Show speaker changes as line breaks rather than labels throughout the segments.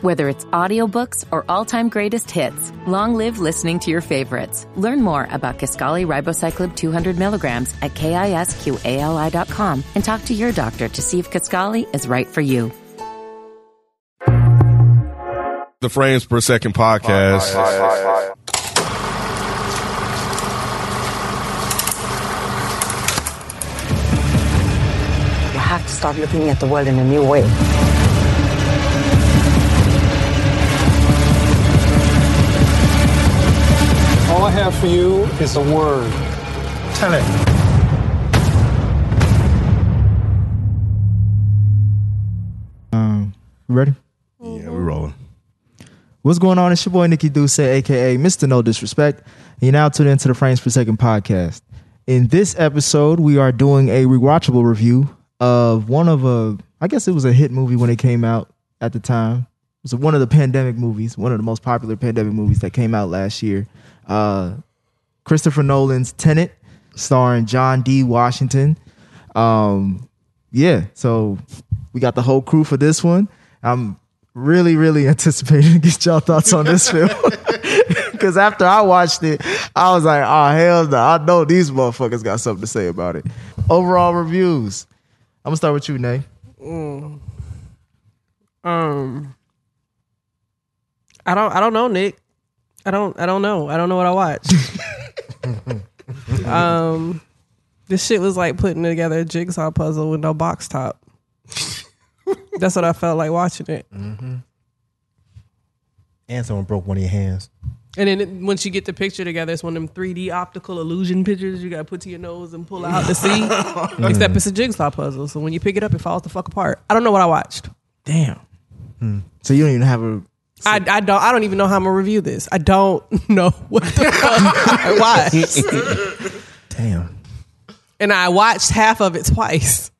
Whether it's audiobooks or all-time greatest hits, long live listening to your favorites. Learn more about Kaskali Ribocyclib 200 milligrams at kisqali.com and talk to your doctor to see if Kaskali is right for you.
The Frames Per Second podcast.
You have to start looking at the world in a new way.
All I have for you is a word. Tell it.
You ready?
Yeah, we rolling.
What's going on? It's your boy Nikki Duce, aka Mr. No Disrespect. And you're now tuned into the Frames Per Second podcast. In this episode, we are doing a rewatchable review of one of a, I guess it was a hit movie when it came out at the time. It was one of the pandemic movies, one of the most popular pandemic movies that came out last year. Uh, Christopher Nolan's Tenet, starring John D. Washington. Um, yeah, so we got the whole crew for this one. I'm really, really anticipating to get y'all thoughts on this film. Because after I watched it, I was like, oh, hell no. I know these motherfuckers got something to say about it. Overall reviews. I'm going to start with you, Nay.
Um, I don't. I don't know, Nick. I don't. I don't know. I don't know what I watched. um, this shit was like putting together a jigsaw puzzle with no box top. That's what I felt like watching it.
And someone broke one of your hands.
And then it, once you get the picture together, it's one of them 3D optical illusion pictures you got to put to your nose and pull out to see. Except it's a jigsaw puzzle, so when you pick it up, it falls the fuck apart. I don't know what I watched.
Damn. Hmm. So you don't even have a.
I, I don't I don't even know how I'm gonna review this. I don't know what the fuck I watched,
Damn.
and I watched half of it twice.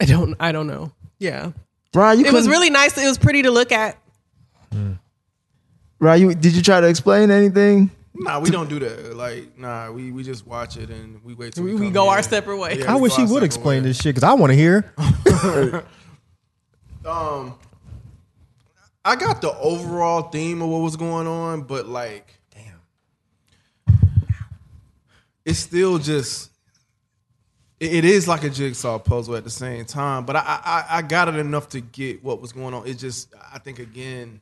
I don't I don't know. Yeah,
Brian, you
it was
couldn't-
really nice. It was pretty to look at.
Brian, you, did you try to explain anything?
Nah, we don't do that. Like, nah, we, we just watch it and we wait till
We,
we,
we
come
go
in.
our separate ways.
Yeah,
I
we
wish
go
he
our
would
separate
explain
ways.
this shit because I want to hear.
Um, I got the overall theme of what was going on, but like, damn, it's still just. It it is like a jigsaw puzzle at the same time, but I, I I- I got it enough to get what was going on. It just I think again,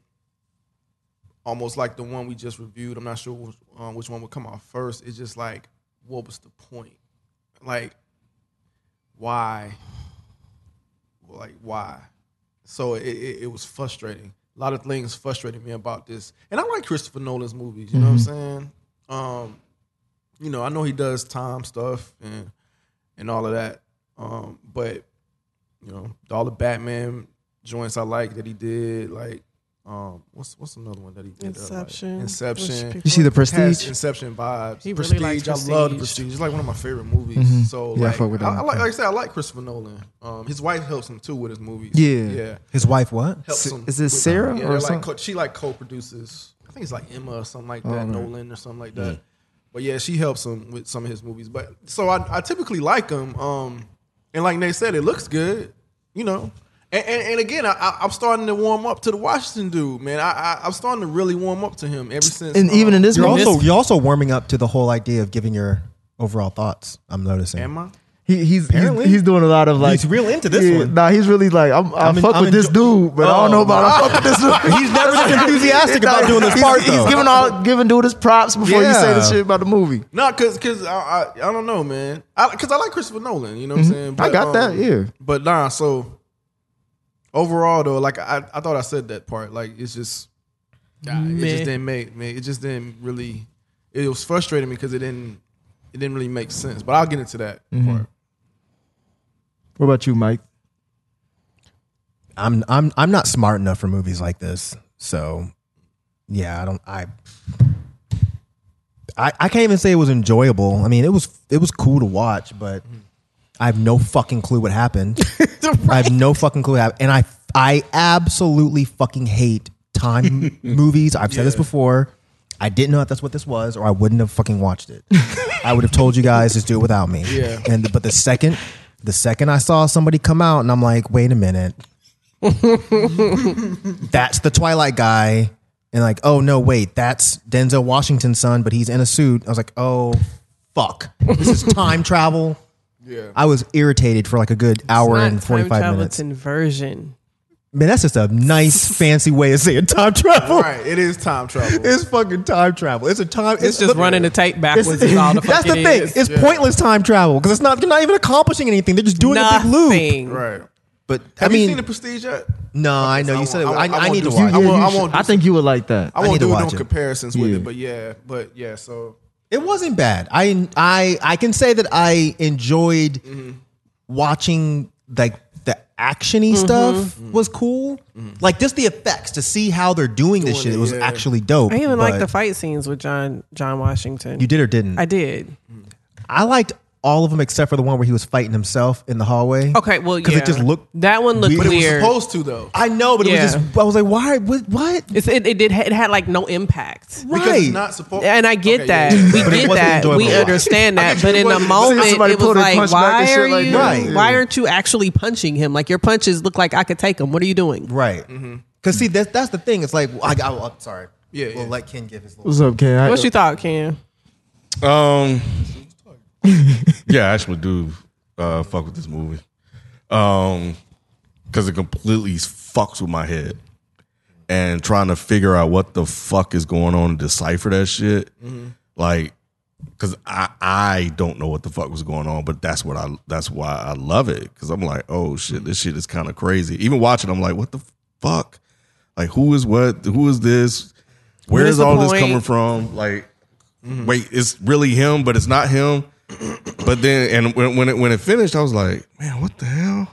almost like the one we just reviewed. I'm not sure which, um, which one would come out first. It's just like, what was the point? Like, why? Like why? So it, it, it was frustrating. A lot of things frustrated me about this. And I like Christopher Nolan's movies, you know what I'm saying? Um, you know, I know he does time stuff and and all of that. Um, but you know, all the Batman joints I like that he did, like um, what's what's another one that he did? that I liked?
Inception.
Inception.
You see the
Has
prestige?
Inception vibes.
He really
Prestige,
likes
I love
Prestige.
Prestige. It's like one of my favorite movies. So
Mm-hmm. Yeah, I
like,
fuck with that
I,
one.
I like, like I said, I like Christopher Nolan. Um, his wife helps him too with his movies.
Yeah.
yeah.
His wife what?
Helps
S-
him
is it
with-
Sarah
yeah,
or
they're
something? Oh,
like co- she like co-produces. I think it's like Emma or something like that, Nolan or something like that. But yeah, she helps him with some of his movies. But so I, I typically like him. Um, and like Nate said, it looks good, you know. And, and, and again, I- I, I'm starting to warm up to the Washington dude, man. I, I, I'm starting to really warm up to him ever since. um,
And even in this
You're
movie,
also you're also warming up to the whole idea of giving your overall thoughts. I'm noticing.
am I?
he, he's, he's
Apparently.
he's doing a lot of like
He's real into this one.
Nah, he's really like I'm. I
I'm en-
fuck
I'm
with this
enjo-
dude, but I don't
Oh,
know about I fuck with this. dude.
He's never this enthusiastic about doing this
He's-
part
He's,
though.
giving all giving dude his props before you say the
Yeah.
shit about the movie.
No, cause, cause I, I, I don't know, man. I, cause I like Christopher Nolan. You know
Mm-hmm.
what I'm saying? um,
I got that, yeah.
But nah, so overall though, like I, I thought I said that part. Like it's just, nah, it
Meh.
just didn't make me. It just didn't really. It was frustrating because it didn't, it didn't really make sense. But I'll get into that
Mm-hmm.
part.
What about you, Mike?
I'm I'm I'm not smart enough for movies like this. So yeah, I don't I I, I can't even say it was enjoyable. I mean, it was it was cool to watch, but I have no fucking clue what happened. I have no fucking clue what happened. And I I absolutely fucking hate time movies. I've said this before. I didn't know if that's what this was, or I wouldn't have fucking watched it. I would have told you guys just do it without me.
Yeah.
And but the second the second I saw somebody come out, and I'm like, wait a minute that's the Twilight guy. And like, oh no, wait, that's Denzel Washington's son, but he's in a suit. I was like, oh fuck. This is time travel. Yeah. I was irritated for like a good hour and forty five minutes.
Conversion.
Man, that's just a nice fancy way of saying time travel.
Right, it is time travel.
It's fucking time travel. It's a time
It's just
look-
running the tape
it's-
backwards. is all the
that's
fuck
the
it
thing.
is.
It's pointless time travel because it's not. They're not even accomplishing anything. They're just doing a big loop.
nothing.
right.
But
Have
I mean,
you seen the Prestige yet?
no, I know you
won't-
said it.
I
I,
won't- I
I,
won't
need to
do
watch.
it. I won't-
you
I
should-
won't do
I think you would like that.
I
I need
won't
to
do no
watch it.
comparisons with
Yeah.
it, but yeah, but yeah. So
It wasn't bad. I I I can say that I enjoyed
Mm-hmm.
watching like the actiony
Mm-hmm.
stuff was cool. Like just the effects to see how they're doing, this shit. It, was actually dope.
I even like
but
the fight scenes with John John Washington.
You did or didn't?
I did.
I liked all of them except for the one where he was fighting himself in the hallway.
Okay, well,
because
yeah.
it just looked.
that one looked
weird.
but
But
it was
weird.
supposed to though.
I know, but it was
Yeah.
just. I was like, why? What? what?
It's, it, it did. It had like no impact.
Because it's
Right.
not supposed.
And I get
Okay,
that.
yeah, yeah.
We
But it
get
wasn't
that.
enjoyable
We
to watch.
understand
I
that.
get
But in
you.
the
It wasn't-
moment,
See
it
somebody
was
pull their
like,
punch back
why
and shit
are
like
you?
that. Right.
Why aren't you actually punching him? Like your punches look like I could take him. What are you doing?
Right. Because
Mm-hmm.
see, that's that's the thing. It's like I, I, am sorry.
Yeah,
We'll
yeah.
let Ken give his little.
What's up, Ken? I-
What you thought, Ken?
Um, yeah, I actually do uh, fuck with this movie. Um, because it completely fucks with my head. And trying to figure out what the fuck is going on and decipher that shit.
Mm-hmm.
Like, because I, I don't know what the fuck was going on, but that's what I that's why I love it. Cause I'm like, oh shit, this shit is kind of crazy. Even watching, I'm like, what the fuck? Like who is what? Who is this? Where
What is
is
the
all this
point? Mm-hmm.
coming from? Like wait, it's really him, but it's not him. But then, and when, when it when it finished, I was like, man, what the hell?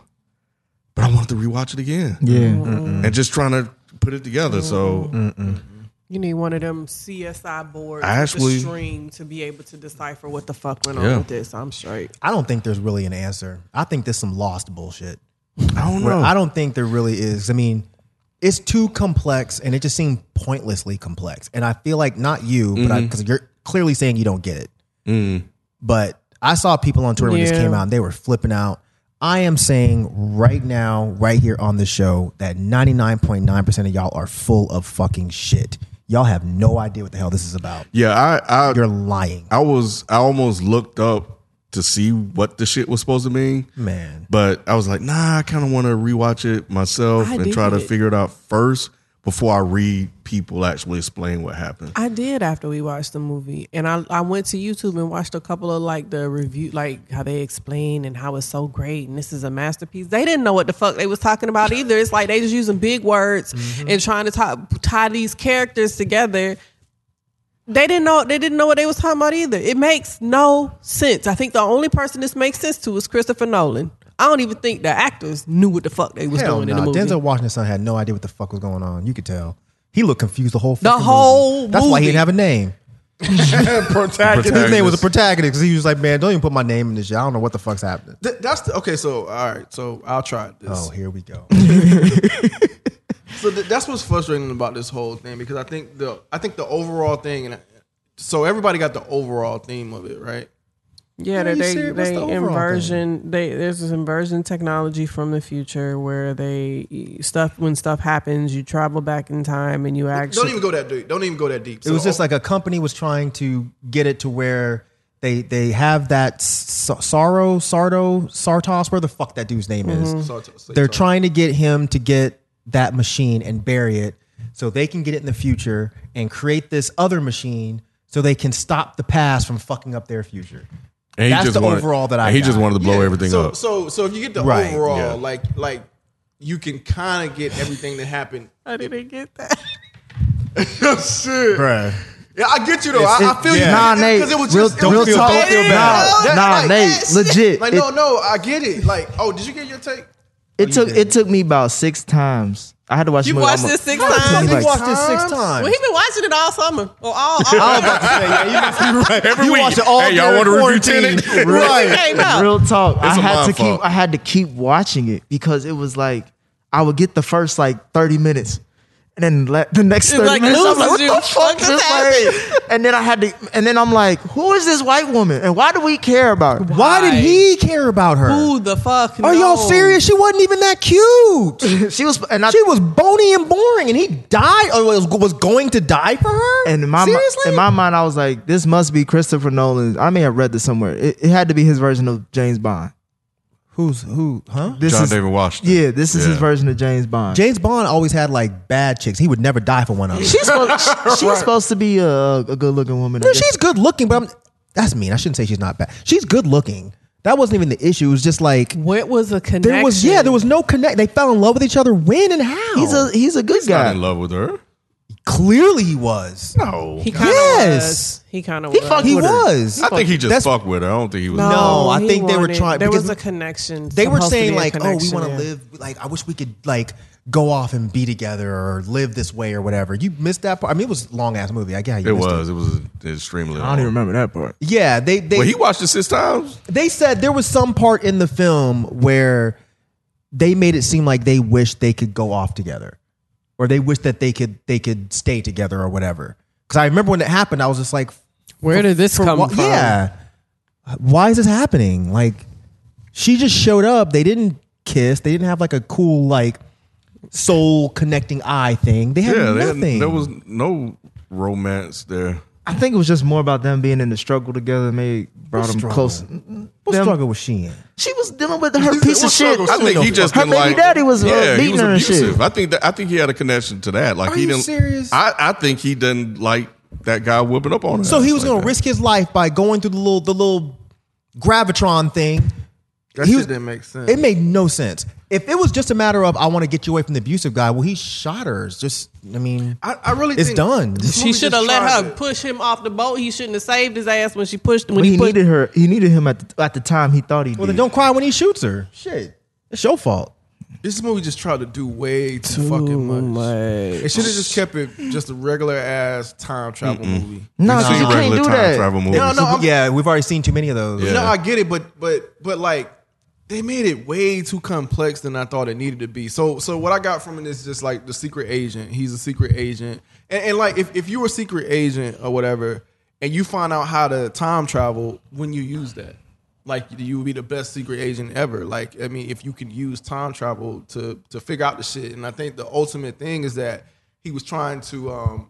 But I wanted to rewatch it again,
yeah.
Mm.
and just trying to put it together. So
You need one of them CSI boards
I
with
actually-
the string to be able to decipher what the fuck went
Yeah.
on with this. I'm straight.
I don't think there's really an answer. I think there's some lost bullshit.
I don't
Where
know.
I don't think there really is. I mean, it's too complex, and it just seemed pointlessly complex. And I feel like not you, but because you're clearly saying you don't get it. But I saw people on Twitter when this
Yeah.
came out, and they were flipping out. I am saying right now, right here on the show, that 99.9% of y'all are full of fucking shit. Y'all have no idea what the hell this is about.
yeah, I I
You're lying.
I was I almost looked up to see what the shit was supposed to mean,
Man.
But I was like, nah, I kind of want to rewatch it myself
I
and try to
did.
figure it out first before I read people actually explain what happened.
I did after we watched the movie, and I I went to YouTube and watched a couple of like the review, like how they explain and how it's so great and this is a masterpiece. They didn't know what the fuck they was talking about either. It's like they just using big words
Mm-hmm.
and trying to tie, tie these characters together. They didn't know they didn't know what they was talking about either. It makes no sense. I think the only person this makes sense to is Christopher Nolan. I don't even think the actors knew what the fuck they was
Hell
doing
nah.
in the movie.
Denzel Washington's son had no idea what the fuck was going on. You could tell. He looked confused the whole
The
fucking
whole
movie. That's why
movie.
he didn't have a name.
protagonist.
His name was a protagonist because he was like, man, don't even put my name in this shit. I don't know what the fuck's happening.
Th- that's the, okay. So all right. So I'll try this.
Oh, here we go.
So th- that's what's frustrating about this whole thing because I think the I think the overall thing and I, so everybody got the overall theme of it, right?
Yeah,
Are
they
you
they,
serious? What's
they
the overall thing?
inversion. They there's this inversion technology from the future where they stuff when stuff happens, you travel back in time and you
Don't
actually
even go that deep. Don't even go that deep.
It was just like a company was trying to get it to where they they have that S- Sorrow, Sardo, Sartos, where the fuck that dude's name is. They're trying to get him to get that machine and bury it so they can get it in the future and create this other machine so they can stop the past from fucking up their future.
And he
That's
just
the
wanted-
overall that I
and he just
got.
wanted to blow
Yeah,
everything
so,
up.
So so if you get the
Right,
overall,
yeah.
like like you can kind of get everything that happened.
I didn't get that.
Shit. Yeah, I get you though. I, I feel you.
Nah,
It-
Nate.
'cause it was
real,
just- it
don't
was
feel,
just
don't
bad.
feel
Yeah,
bad.
that's
Nah,
like,
Nate.
yeah, shit.
legit.
Like
it,
no, no, I get it. Like oh, did you get your take?
it took it took me about six times. I had to watch. the
You
movie
watched
almost-
this six
It took me
times?
He
like-
watched it six times.
Well, he been watching it all summer. Well, all, all,
Every
you
week,
watched it all
hey, y'all
during
want to review
quarantine.
Tenet?
it
right.
came out.
Real talk. I
It's a
had
my
to
fault.
keep. I had to keep watching it because it was like I would get the first like thirty minutes, And then le- the next thirty
like,
minutes, I'm
loses
like, "What
you.
the fuck
What
just
just
happened?" And then I had to, and then I'm like, "Who is this white woman? And why do we care about her?"
Why did he care about her?
Who the fuck?
Are y'all
knows?
serious? She wasn't even that cute.
She was, and I,
she was bony and boring, and he died or was, was going to die for her.
and in my mi-
seriously,
in my mind, I was like, "This must be Christopher Nolan." I may have read this somewhere. It, it had to be his version of James Bond.
who's who? Huh?
This
John
is,
David Washington.
Yeah, this is his
Yeah.
version of James Bond.
James Bond always had like bad chicks. He would never die for one of them.
she's supposed, she's supposed to be a, a good looking woman. I
No,
guess.
she's good looking, but I'm, that's mean. I shouldn't say she's not bad. She's good looking. That wasn't even the issue. It was just like
What was the connection?
there was yeah, there was no connect. They fell in love with each other. When and how?
he's a he's a good
Not
guy.
in love with her.
clearly he was.
No.
He kind of
Yes.
was. He kind of
He
was.
fucked
He
with her.
was.
I think he just
That's-
fucked with her. I don't think he was.
No, I
he
think they were
wanted-
trying-
There
because
was a connection.
They were
supposed to be
saying
a
like, oh, we
connection,
want to
yeah.
live. Like, I wish we could like go off and be together or live this way or whatever. You missed that part. I mean, it was a long ass movie. I get how you
It
missed
was. It was extremely.
I don't even remember that part.
Yeah, they they
Well, he watched it six times.
they said there was some part in the film where they made it seem like they wished they could go off together or they wished that they could they could stay together or whatever because i remember when it happened i was just like
Where did this come
wha-
from?
yeah why is this happening like she just showed up they didn't kiss they didn't have like a cool like soul connecting eye thing they had
yeah, they had-
nothing
there was no romance there.
I think it was just more about them being in the struggle together. Maybe brought them
struggle?
close.
what
them-
struggle was she in
She was dealing with her piece of
What
shit.
struggle? I think he just
her
didn't
baby
like,
daddy was uh,
yeah, he
beating
was
her and
abusive.
shit.
I think that I think he had a connection to that. Like
Are
he
you
didn't.
serious?
I, I think he didn't like that guy whipping up on her.
So he
ass
was
like
gonna
that.
risk his life by going through the little the little gravitron thing.
That
He
shit
was-
didn't make sense.
It made no sense. If it was just a matter of I want to get you away from the abusive guy, well, he shot her. It's just I mean,
I, I really
it's
think
done.
this
She
movie
should have
just
let
tried
her
it.
push him off the boat. He shouldn't have saved his ass when she pushed when
But
he,
he
pushed.
needed her. He needed him at the, at the time he thought he
well, then
did.
don't cry when he shoots her. Shit, it's your fault.
This movie just tried to do way too, fucking much. It should have just kept it just a regular ass time travel movie.
no,
We've
because
seen
you can't
regular
do
time
that.
Travel movies.
No, no, I'm-
yeah, we've already seen too many of those.
Yeah.
No, I get it, but but but like they made it way too complex than I thought it needed to be. So so what I got from it is just like the secret agent. He's a secret agent, and, and like if if you're a secret agent or whatever, and you find out how to time travel, when you use that, like you would be the best secret agent ever. Like I mean, if you can use time travel to to figure out the shit, and I think the ultimate thing is that he was trying to um,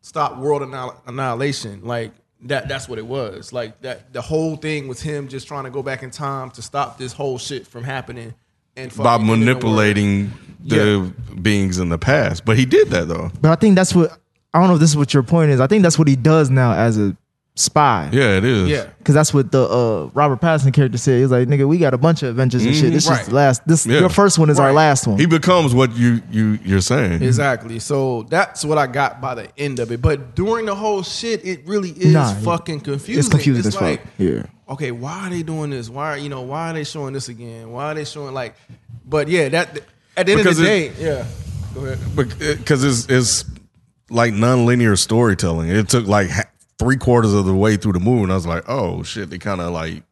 stop world annihil- annihilation. Like that that's what it was. Like that the whole thing was him just trying to go back in time to stop this whole shit from happening and
by
fucking ending the world.
manipulating the beings in the past. But he did that though.
But I think that's what I don't know if this is what your point is. I think that's what he does now as a spy.
Yeah, it is.
Yeah.
Cause that's what the uh, Robert Pattinson character said. He was like, "Nigga, we got a bunch of adventures and shit. This is
Right.
the last. This
Mm-hmm. Yeah.
your first one is our
Right.
last one."
He becomes what you you you're saying.
Exactly. So that's what I got by the end of it. But during the whole shit, it really is
Nah,
fucking confusing.
it's confusing as fuck.
like,
Yeah.
okay, why are they doing this? Why are you know why are they showing this again? Why are they showing like? But yeah, that at the end
Because
of the day,
it-
yeah. Go ahead.
because it's it's like nonlinear storytelling. It took like ha- three quarters of the way through the movie, and I was like, oh shit, they kind of like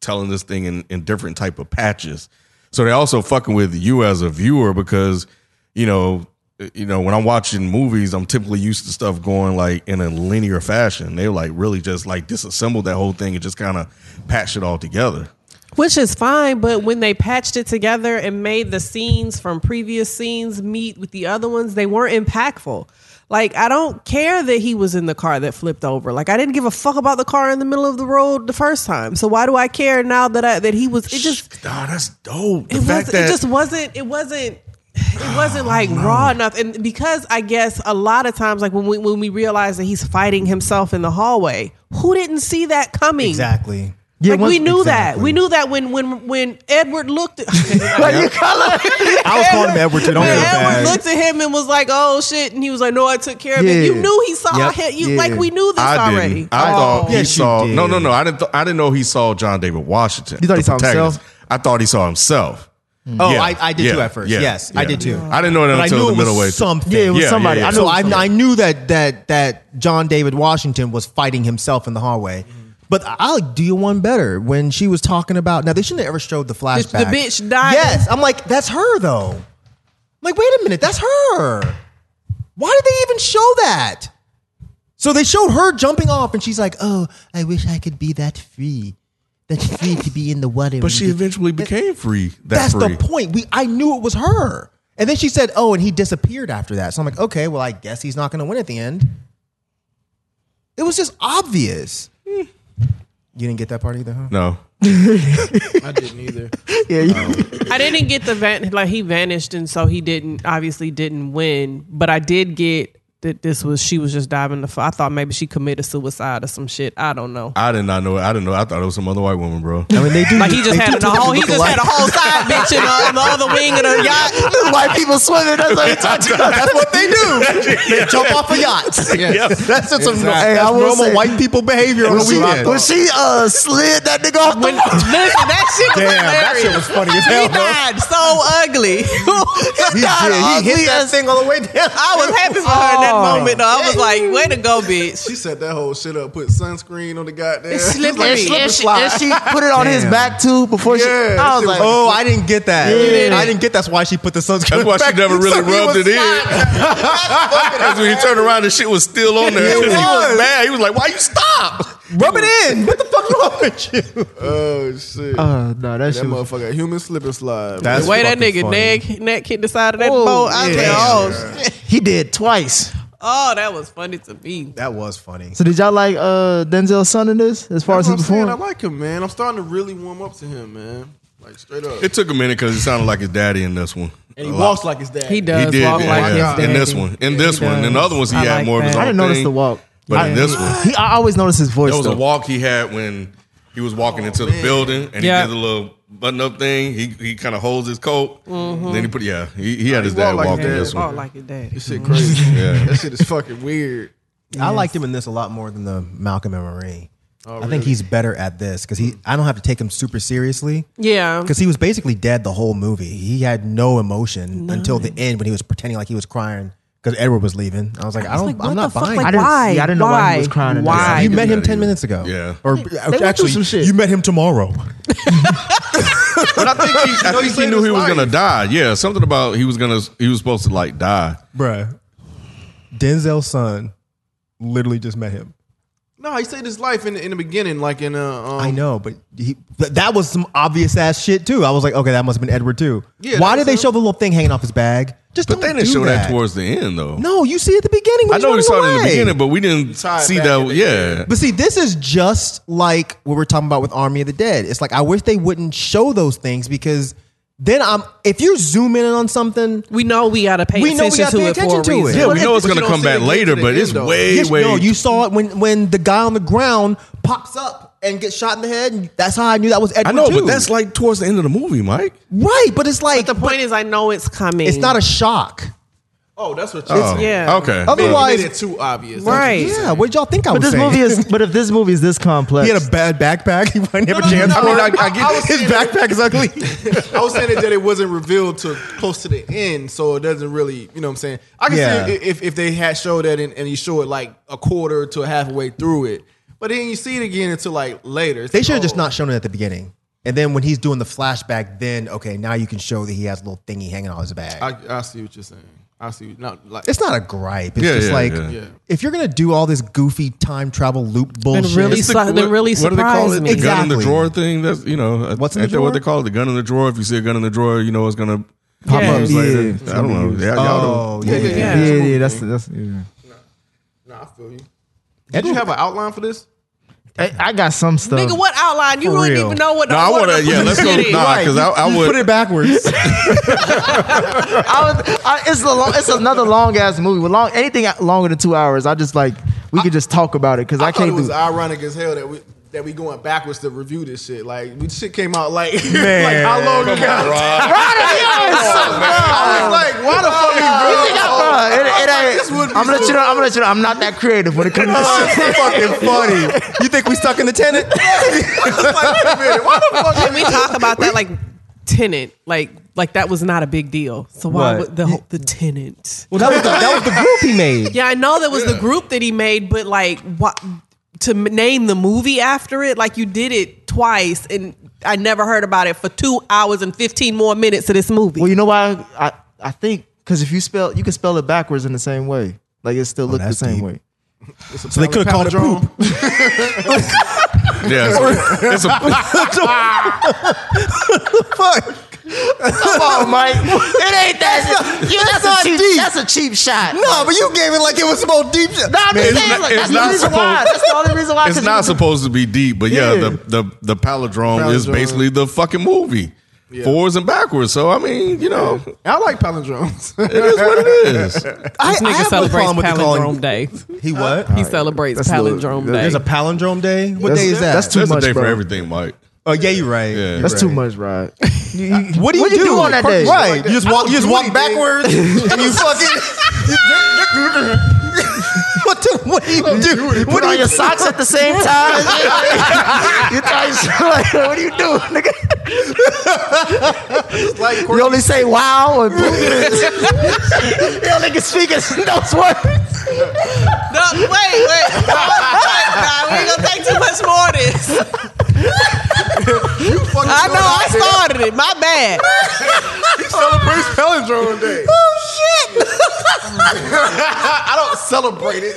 telling this thing in, in different type of patches. So they also fucking with you as a viewer because you know uh, you know when I'm watching movies, I'm typically used to stuff going like in a linear fashion. They like really just like disassembled that whole thing and just kind of patch it all together.
Which is fine, but when they patched it together and made the scenes from previous scenes meet with the other ones, they weren't impactful. Like, I don't care that he was in the car that flipped over. Like, I didn't give a fuck about the car in the middle of the road the first time. So why do I care now that I, that he was? It just
Ah, that's dope. The
it was
fact
it
that
just wasn't it wasn't it wasn't like
Oh,
raw enough and because i guess a lot of times like when we when we realize that he's fighting himself in the hallway who didn't see that coming
Exactly.
like
once-
we knew that
exactly.
we knew that when when when edward looked at
I was calling him Edward too. Don't
when
feel
edward
bad.
looked at him and was like oh shit and he was like no i took care of
Yeah.
it you knew he saw
Yep.
him you
Yeah.
like we knew this
I didn't.
already
I
Oh.
thought he
Yes, you
saw.
did.
No, no, no. I didn't. Th- I didn't know he saw John David Washington.
You thought he
the
saw
protagonist.
himself?
I thought he saw himself.
Oh,
Yeah,
I, I did
yeah,
too at first.
yeah,
yes, I
yeah.
did too.
I didn't know that
But I
until
knew
the
it was
middle way.
Something.
Yeah, it was somebody. I
I
knew
so
it was
I,
somebody.
I knew that that that John David Washington was fighting himself in the hallway. But I'll do you one better when she was talking about. Now they shouldn't have ever showed the flashback.
the bitch died.
Yes, I'm like that's her though. I'm like wait a minute, that's her. Why did they even show that? So they showed her jumping off, and she's like, "Oh, I wish I could be that free, that free to be in the water."
But she eventually became free. That
That's
free.
the point. We I knew it was her, and then she said, "Oh," and he disappeared after that. So I'm like, "Okay, well, I guess he's not going to win at the end." It was just obvious. You didn't get that part either, huh?
No.
I didn't either.
I didn't get the van like he vanished and so he didn't obviously didn't win, but I did get that this was she was just diving the. f- I thought maybe she committed suicide or some shit. I don't know.
I did not know it. I didn't know. I thought it was some other white woman, bro.
I mean, they do.
Like he just
they
had a
do tend to
whole he
look
just had a
alike.
whole side bitch in the, on the other wing of the yacht.
white people swimming. That's what, that's what they do. They jump off a yacht. That's just some,
Hey, I
that's
will
normal
say-
white people behavior on the weekend.
When she uh slid that nigga off the
When, listen, that shit was
Damn,
hilarious.
that shit was funny as hell,
He
bro.
died so ugly.
He, did. he hit that thing all the way down.
I was happy for her in that moment. Though I was like, "Way to go, bitch!"
She set that whole shit up, put sunscreen on the goddamn.
It's slippery.
and, she, and, she, and she put it on his
Damn.
back too before she.
Yeah,
I was
she
like,
was-
Oh, I didn't get that.
Yeah.
I didn't get that's why she put the sunscreen.
That's why she
back.
never really
So he
rubbed
was
it in.
fine.
That's when he turned around, the shit was still on there.
Yeah, it
he was
was.
mad. He was like, "Why you stop?"
Rub it in. What the fuck wrong with you?
oh shit.
Oh no, that,
that
shit. Was,
motherfucker, human slip and slide.
That's
the way that
fucking
nigga
funny.
neck neck hit the side of that
Oh,
boat. I was
yeah.
like, "Oh, shit."
he did twice.
oh, that was funny to me."
That was funny.
So did y'all like uh Denzel's son in this? As far
That's
as
what I'm
he
saying. I
performed,
like him, man. I'm starting to really warm up to him, man. Like straight up.
It took a minute because it sounded like his daddy in this one.
and he
A lot.
walks like his dad.
He
He
does
did
walk like his
yeah.
daddy.
in this one, in this
he
one, in the
does.
other ones he
I
had
like
more of his
that.
own.
I
didn't notice
thing,
the walk.
but
I-
in this one,
he, I always notice his voice.
There was
though.
a walk he had when he was walking into
Oh,
the building, and
Yeah.
he did a little button up thing. He he kind of holds his coat. Then he put yeah, he, he had his
Mm-hmm. he
dad
walked like
walk in
that.
this
Oh,
one.
like your daddy.
This
Mm-hmm.
shit crazy.
Yeah.
That shit is fucking weird.
I liked him in this a lot more than the Malcolm and Marie.
Oh,
I think he's better at this because he. I don't have to take him super seriously
Yeah,
because he was basically dead the whole movie. He had no emotion until the end when he was pretending like he was crying because Edward was leaving. I was like, I don't.
like,
I'm
what
not
the fuck?
buying.
Like,
it.
I didn't-
why?
yeah, I didn't know why he was crying in this.
Why?
you
didn't
met
do
him
that
ten
either.
minutes ago.
Yeah.
Or
went through
actually,
some shit.
you met him tomorrow.
But I think he,
know,
I
he
think he
saved
knew he
his
was gonna
life.
die. Yeah, something about he was gonna he was supposed to like die.
Bruh. Denzel's son literally just met him.
No, he saved his life in the, in the beginning, like in a. Um,
I know, but he, th- that was some obvious ass shit too. I was like, okay, that must have been Edward too.
Yeah,
Why
that
did
was
they
him.
show the little thing hanging off his bag? Just
But they
don't
didn't
do
show that. towards the end though.
No, you see it at the beginning. When
I
he's
know we
running
saw it in the
away.
beginning, but we didn't
Tie it
see
back
that.
in the
Yeah,
But see, this is just like what we're talking about with Army of the Dead. It's like I wish they wouldn't show those things because then I'm if you're zooming in on something,
we know we gotta pay
We know we
attention
gotta
to
pay
it for a
attention to it.
reason.
yeah, we
But
know it's
you
gonna
don't
come
see
back
it get to
later,
the
but
end,
it's
though.
way
Yes,
way.
No, you saw it when when the guy on the ground pops up and gets shot in the head, and that's how I knew that was Edward.
I know,
too.
but that's like towards the end of the movie, Mike.
right. But it's like
The point is, I know it's coming.
it's not a shock.
Oh, that's what. Oh.
yeah.
Okay.
Otherwise-
Otherwise, made it too obvious.
Right.
Yeah, what did y'all think I
But
was
this
saying?
movie is. But if this movie is this complex,
he had a bad backpack. He wouldn't
No,
have a
no,
chance.
no,
I mean,
no.
I, I
I- I
get
was
his
saying that-
backpack is ugly.
I was saying that it wasn't revealed to close to the end, so it doesn't really, you know what I'm saying? I can
Yeah.
see i- if, if they had showed that and, and you show it like a quarter to halfway through it, but then you see it again until like later. It's
they
like,
should have just
oh.
not shown it at the beginning. And then when he's doing the flashback, then okay, now you can show that he has a little thingy hanging on his bag.
I, I see what you're saying. I see. Not like
it's not a gripe. It's
Yeah,
just
yeah,
like
yeah.
Yeah.
if you're gonna do all this goofy time travel loop bullshit,
And really
It's the-
su- that really
what do they call
surprised
it?
me.
The gun in the
Exactly.
drawer thing. That's you know.
What's in the
ain't that What
drawer?
they call it? The gun in the drawer. If you see a gun in the drawer, you know it's gonna
pop
Yeah.
up.
Years
Yeah,
later.
yeah,
I don't know. Yeah, y'all
oh
don't-
yeah, yeah.
yeah,
Yeah.
yeah, That's that's. Yeah.
Nah, I feel you. Did you have an outline for this?
I, I got some stuff.
Nigga, what outline? You
For
don't
real.
even know what.
No, I want to. Yeah, let's go.
shit is.
Nah, because I, I would.
Put it backwards.
I was, I, it's a long, it's another long ass movie. With long anything longer than two hours, I just like we could just talk about it because I,
I, thought it
can't
was
do.
ironic as hell that we that we going backwards to review this shit. Like we shit came out like like
Man.
how long ago? I was like, why the fuck? you doing all
Bruh, it- it ain't-
this would be
I'm gonna let
so
you know. I'm gonna let you know. I'm not that creative when it comes to shit.
fucking funny. You think we stuck in the tenant?
Can we talk about that? Like tenant, like like that was not a big deal. So why
What?
would the whole- the tenant?
Well, that was the, that was the group he made.
Yeah, I know that was the group that he made, but like what to m- name the movie after it? Like you did it twice, and I never heard about it for two hours and fifteen more minutes of this movie.
Well, you know why? I I think Because if you spell, you can spell it backwards in the same way. Like it still look the
Oh, that's
same
deep.
way.
So they could have called it poop.
Yeah, it's, it's a,
Oh, Mike, it ain't that. You, that's,
not
a cheap,
deep.
That's a cheap shot.
No, but you gave it like it was more deep. shit.
No, I'm just
It's
saying,
not-
like,
it's
that's
not
the reason why.
supposed-
That's the only reason why.
it's
'cause
not
you-
supposed to be deep, but yeah,
Yeah.
the, the the palindrome, is
Palindrome.
basically the fucking movie. Forwards and backwards. So I mean, you know,
I like palindromes.
it is what it is.
I,
This nigga
I have no
celebrates
problem with the
palindrome
calling.
day.
He what?
He celebrates
That's a little-
palindrome day.
There's a palindrome day.
Uh,
What
That's-
day is that?
that's too-
There's a
much,
day for
bro.
everything, Mike.
Oh yeah, you're right. You're
That's
right.
too much, Rod. You- you-
What do you,
do on that day?
Right. You just
I
walk.
don't
You just
do
walk
anything.
backwards, and you fucking. what do What do you do? What
Oh, Put
do
on
you
your socks at the same time. you try to like, what do you do, nigga?
like
You only say wow and boom. you only can speak in those words.
No, wait, wait. wait, God, we ain't gonna take too much more of this. I know I started it. My bad.
celebrate palindrome day. Oh shit! I don't celebrate it.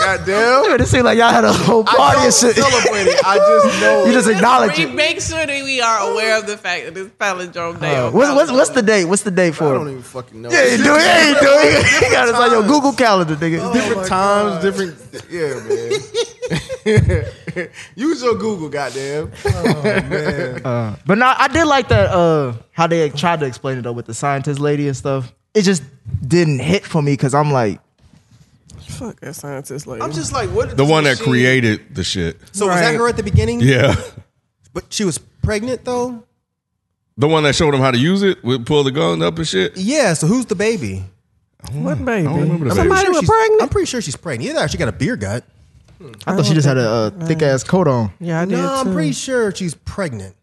Goddamn.
It seemed like y'all had a whole
I
party
don't
and shit.
celebrate it. I just know.
You just acknowledge
We
it.
make sure that we are aware of the fact that it's palindrome day.
Uh, What's, what's, what's the date? What's the date
I
for
don't
it?
even fucking know.
Yeah, you do it. Yeah, you do it. You got it on your Google calendar, nigga.
different times, different. Yeah, man. Use your Google, goddamn.
But no, I did like that. Uh, how they tried to explain it though with the scientist lady and stuff. It just didn't hit for me because I'm like,
fuck that scientist lady?
I'm just like, what?
The one that created the shit.
So was that her at the beginning?
Yeah.
But she was pregnant though.
The one that showed him how to use it, would pull the gun up and shit.
Yeah. So who's the baby?
what baby?
I don't remember the
Somebody
baby.
was
she's, I'm
pregnant.
pretty sure she's pregnant. Yeah, she got a beer gut.
I thought she just had a uh, thick ass coat on.
Oh, yeah, I did
No,
too.
I'm pretty sure she's pregnant.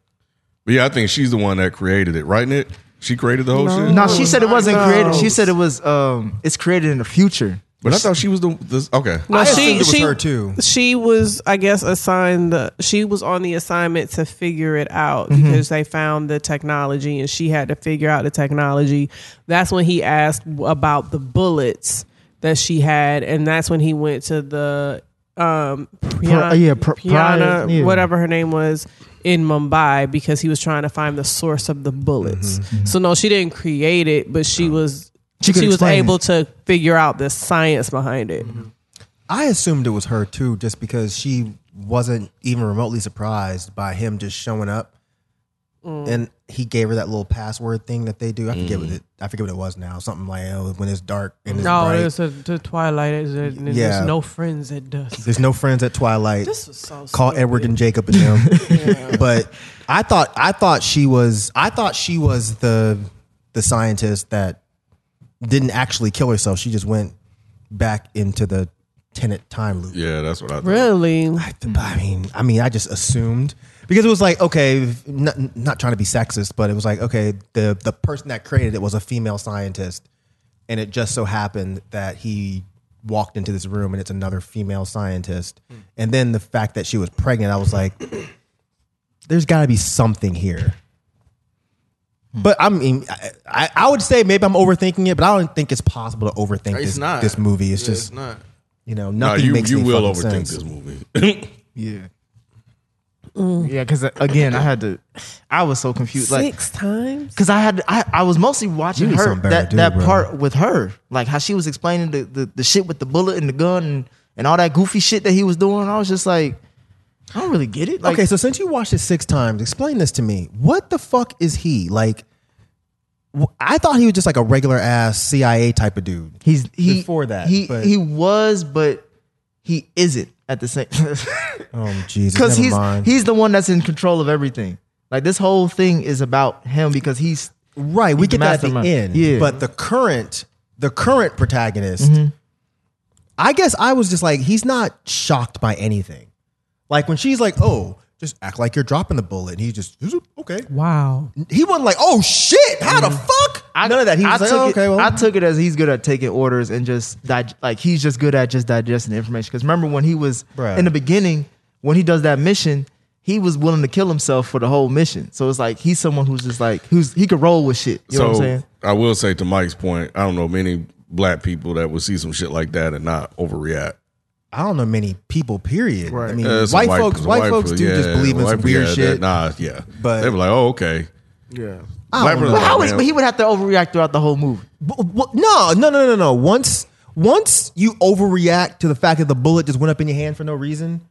But yeah, I think she's the one that created it, right, Nick? She created the whole shit.
No,
Oh,
she said it wasn't created. She said it was. Um, it's created in the future.
but I thought she was the. This, okay.
No,
I
she,
assumed it was
she,
her, too.
She was, I guess, assigned. The, she was on the assignment to figure it out because they found the technology, and she had to figure out the technology. That's when he asked about the bullets that she had, and that's when he went to the um, Priya-
yeah, Pr-
Priyana,
Priya, yeah.
whatever her name was. In Mumbai, because he was trying to find the source of the bullets. So no, she didn't create it, but she was
She
she,
could
was
explain
able
it.
to figure out the science behind it.
I assumed it was her too, just because she wasn't even remotely surprised by him just showing up.
Mm.
And he gave her that little password thing that they do. I forget what it. I forget what it was now. Something like oh, when it's dark and it's
No,
bright.
it's a, the Twilight. Is a, and
Yeah.
There's no friends at dusk.
There's no friends at twilight.
This was so
Call
stupid.
Edward and Jacob and them. But I thought I thought she was I thought she was the the scientist that didn't actually kill herself. She just went back into the tenant time loop.
Yeah, that's what I thought.
Really?
I
Mm-hmm.
mean, I mean, I just assumed because it was like, okay, if- not, not trying to be sexist, but it was like, okay, the the person that created it was a female scientist, and it just so happened that he walked into this room and it's another female scientist,
Hmm.
and then the fact that she was pregnant, I was like, there's got to be something here.
Hmm.
But I mean, I, I, I would say maybe I'm overthinking it, but I don't think it's possible to overthink
It's
this,
not.
this movie. It's
Yeah,
just
it's not.
you know
No,
nothing
you
makes
you
any
will
fucking
overthink
sense.
this movie.
Yeah. Yeah, because again, I had to. I was so confused. Like,
Mm. Six times?
Because I had I, I was mostly watching
You need
her
something better
that,
to do,
that
bro.
part with her, like how she was explaining the, the, the shit with the bullet and the gun and, and all that goofy shit that he was doing. I was just like, I don't really get it. Like,
okay, so since you watched it six times, explain this to me. What the fuck is he like? wh- I thought he was just like a regular ass CIA type of dude.
he's he
before that,
he
but-
he was, but he isn't at the same
Um, Jesus,
because
never
he's
mind.
he's the one that's in control of everything. Like this whole thing is about him because he's
right. We
he's
get that at the
mastermind.
end,
Yeah. Mm-hmm.
But the current, the current protagonist, I guess I was just like, he's not shocked by anything. Like when she's like, "Oh, just act like you're dropping the bullet," and he just "Zoop, okay.
Wow.
He wasn't like, "Oh shit, how the fuck?" None of that. He
Mm-hmm. I
was like,
took
"Oh,
it,
"Okay, well,
I took it as he's good at taking orders and just dig- like he's just good at just digesting the information. Because remember when he was
Bruh.
in the beginning when he does that mission, he was willing to kill himself for the whole mission. So it's like he's someone who's just like who's he could roll with shit. You know
so
what I'm saying?
I will say to Mike's point, I don't know many black people that would see some shit like that and not overreact.
I don't know many people. Period. I mean,
Uh, some
white, folks,
some
white, folks do
yeah,
just believe in
white
some
people,
weird
yeah,
shit.
that- Nah, yeah,
But-
they were like, oh okay.
Yeah.
Black
don't
brothers
know.
But
like,
how is
man,
but he would have to overreact throughout the whole movie.
But- but- no, no, no, no, no. Once once you overreact to the fact that the bullet just went up in your hand for no reason,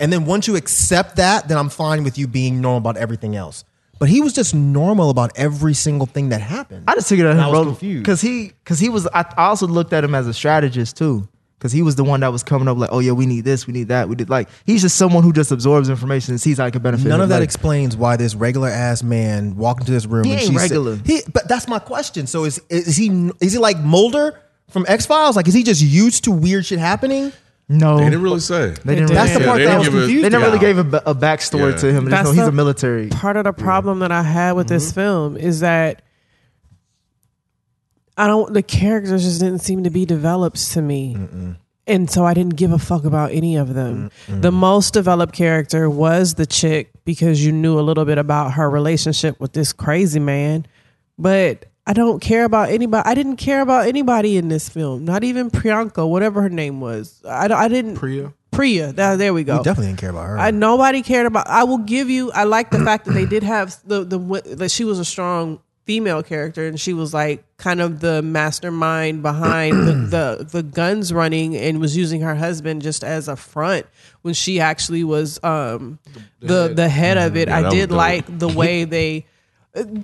and then once you accept that, then I'm fine with you being normal about everything else. But he was just normal about every single thing that happened.
I just figured out
And I
him
was
rolling
confused.
because he because he was. I I also looked at him as a strategist too because he was the one that was coming up like, oh yeah, we need this, we need that, we did like he's just someone who just absorbs information and sees how it could benefit.
None
him.
of that
Like,
explains why this regular ass man walked into this room.
He
and
ain't
she said-
regular.
he, but that's my question. So is is he is he like Mulder from X Files? Like is he just used to weird shit happening?
no,
They didn't really say.
They didn't
That's
really-
the part
they
that I was
didn't give a-
confused
They never
about.
really gave a, ba- a backstory
Yeah.
to him. They Just
That's
know he's
the
a military.
part of the problem that I had with this film is that I don't the characters just didn't seem to be developed to me. And so I didn't give a fuck about any of them. The most developed character was the chick because you knew a little bit about her relationship with this crazy man. But I don't care about anybody. I didn't care about anybody in this film. Not even Priyanka, whatever her name was. I, I didn't
Priya?
Priya. There- there we go.
We definitely didn't care about her.
I nobody cared about. I will give you. I like the fact that they did have the the w- that she was a strong female character and she was like kind of the mastermind behind the, the the guns running and was using her husband just as a front when she actually was um the the head of it.
Mm-hmm. Yeah,
I
that was
did
dope.
like the way they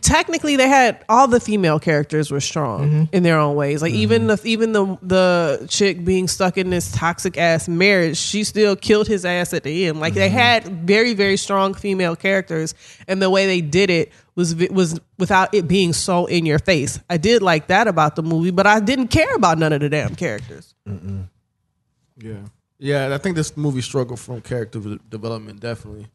technically they had all the female characters were strong in their own ways. Like even the even the the chick being stuck in this toxic ass marriage, she still killed his ass at the end. Like they had very very strong female characters, and the way they did it was vi- was without it being so in your face. I did like that about the movie, but I didn't care about none of the damn characters.
Yeah. Yeah, and I think this movie struggled from character v- development definitely.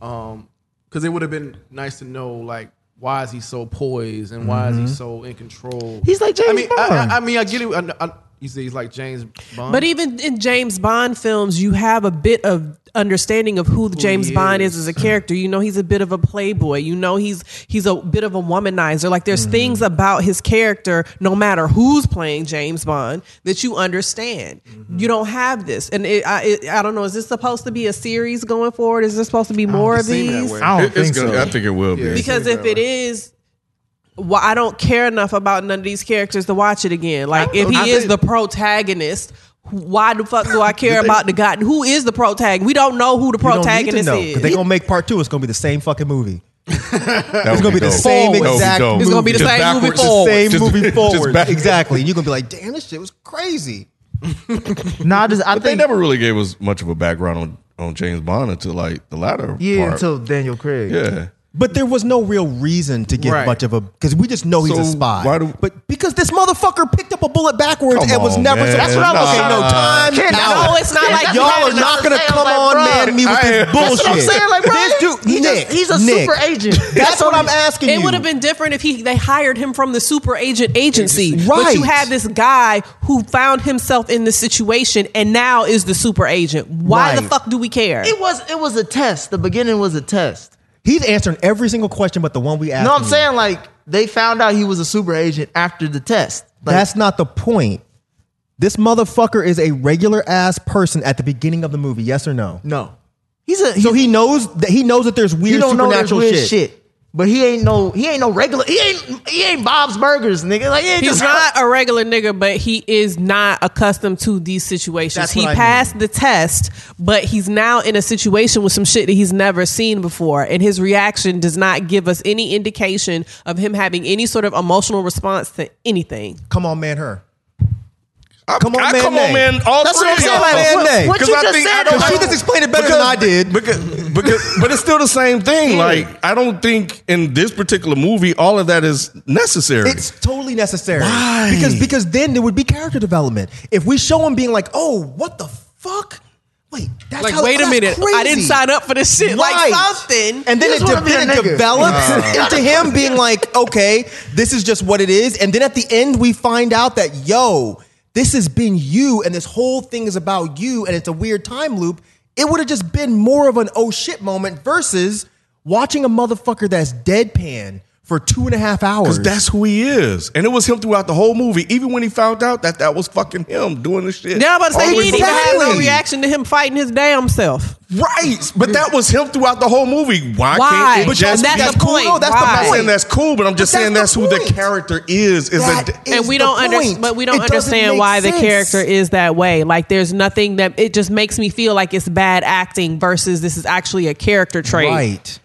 Um cuz it would have been nice to know like why is he so poised and why
Mm-hmm.
is he so in control?
He's like
I
James
mean, I,
Bond.
I, I mean, I get it. I, I, you say he's like James Bond.
But even in James Bond films, you have a bit of understanding of who, James
he
Bond
is.
is as a character. You know he's a bit of a playboy. You know he's he's a bit of a womanizer. Like
Mm.
there's things about his character, no matter who's playing James Bond, that you understand.
Mm-hmm.
You don't have this, and it, I it, I don't know. Is this supposed to be a series going forward? Is this supposed to be more of
it seemed that
these?
way.
I don't
It- it's
think so.
gonna- I think it will be.
Because if it is. Well, I don't care enough about none of these characters to watch it again. Like, if he
I
is
think-
the protagonist, why the fuck do I care about the god? Who is the protagonist? We don't know who the
You don't need to
protagonist
know, 'cause
is.
They gonna make part two. It's gonna be the same fucking movie.
That would
It's gonna be the
dope.
same
That would be
exact.
dope.
Movie.
It's gonna be the
Just
same movie
backwards, just-
forward.
Same
just-
movie
just
forward.
back-
exactly. And you're gonna be like, damn, this shit was crazy.
No, I just I
But they
think
never really gave us much of a background on, on James Bond until like the latter
yeah
part.
until Daniel Craig.
yeah.
But there was no real reason to give
Right.
much of a because we just know he's
So
a spy.
why do-
but because this motherfucker picked up a bullet backwards
Come
and was
on,
never.
man.
So that's what I was
Nah.
saying. No time.
Kid,
out.
no, it's not like
y'all are not gonna
That's
come
what I'm
on,
saying,
man. Me with
like,
this
bruh.
bullshit.
That's what I'm saying. Like, bro,
this dude,
he just-
Nick,
he's a
Nick.
super agent.
That's what I'm asking
It
you.
would have been different if he they hired him from the super agent agency. But you
Right.
have this guy who found himself in this situation and now is the super agent. Why the
Right.
fuck do we care?
It was it was a test. The beginning was a test.
He's answering every single question, but the one we asked.
No, I'm
him.
saying like they found out he was a super agent after the test. Like,
That's not the point. This motherfucker is a regular ass person at the beginning of the movie. Yes or no?
no. He's a
So he knows that he knows that there's weird
you don't know that
supernatural
weird shit.
shit.
But he ain't no he ain't no regular he ain't he ain't Bob's Burgers nigga like he ain't
He's
just
not a regular nigga, but he is not accustomed to these situations.
That's
he
what I mean.
passed the test, but he's now in a situation with some shit that he's never seen before. And his reaction does not give us any indication of him having any sort of emotional response to anything.
Come on, man, her.
I,
Come on,
I,
man,
Come
Nate.
on, man. All
That's
three
what I'm saying,
of
like,
us.
what- Man, what
you
'Cause I
just
think-
said,
I don't-
though.
She just explained it better than I did.
Because, because, but it's still the same thing. Like I don't think in this particular movie all of that is necessary.
It's totally necessary.
Why?
Because because then there would be character development. If we show him being like, oh, what the fuck? Wait, that's
Like,
how,
wait a
that's
minute. I didn't
crazy.
sign up for this shit.
Right.
Like something.
And then
You
it,
just wanna be a
de- then it
nigga.
develops into him being like, okay, this is just what it is. And then at the end, we find out that, yo, this has been you, and this whole thing is about you, and it's a weird time loop. it would have just been more of an oh shit moment versus watching a motherfucker that's deadpan for two and a half hours.
Because that's who he is. And it was him throughout the whole movie, even when he found out that that was fucking him doing the shit.
Now I'm about to say
All
he didn't
the way
even have no
through.
reaction to him fighting his damn self.
Right. But that was him throughout the whole movie. Why,
Why?
can't it
But
just
that's
be-
the
cool.
point.
No, that's the
Why?
I'm not saying that's cool, but I'm just
But
saying
that's
that's
the
who the
point.
character is. Is
That
a,
is-
and we
the
don't
point.
understand but we don't
It doesn't
understand
make
why the
sense.
character is that way like there's nothing that it just makes me feel like it's bad acting versus this is actually a character trait
right.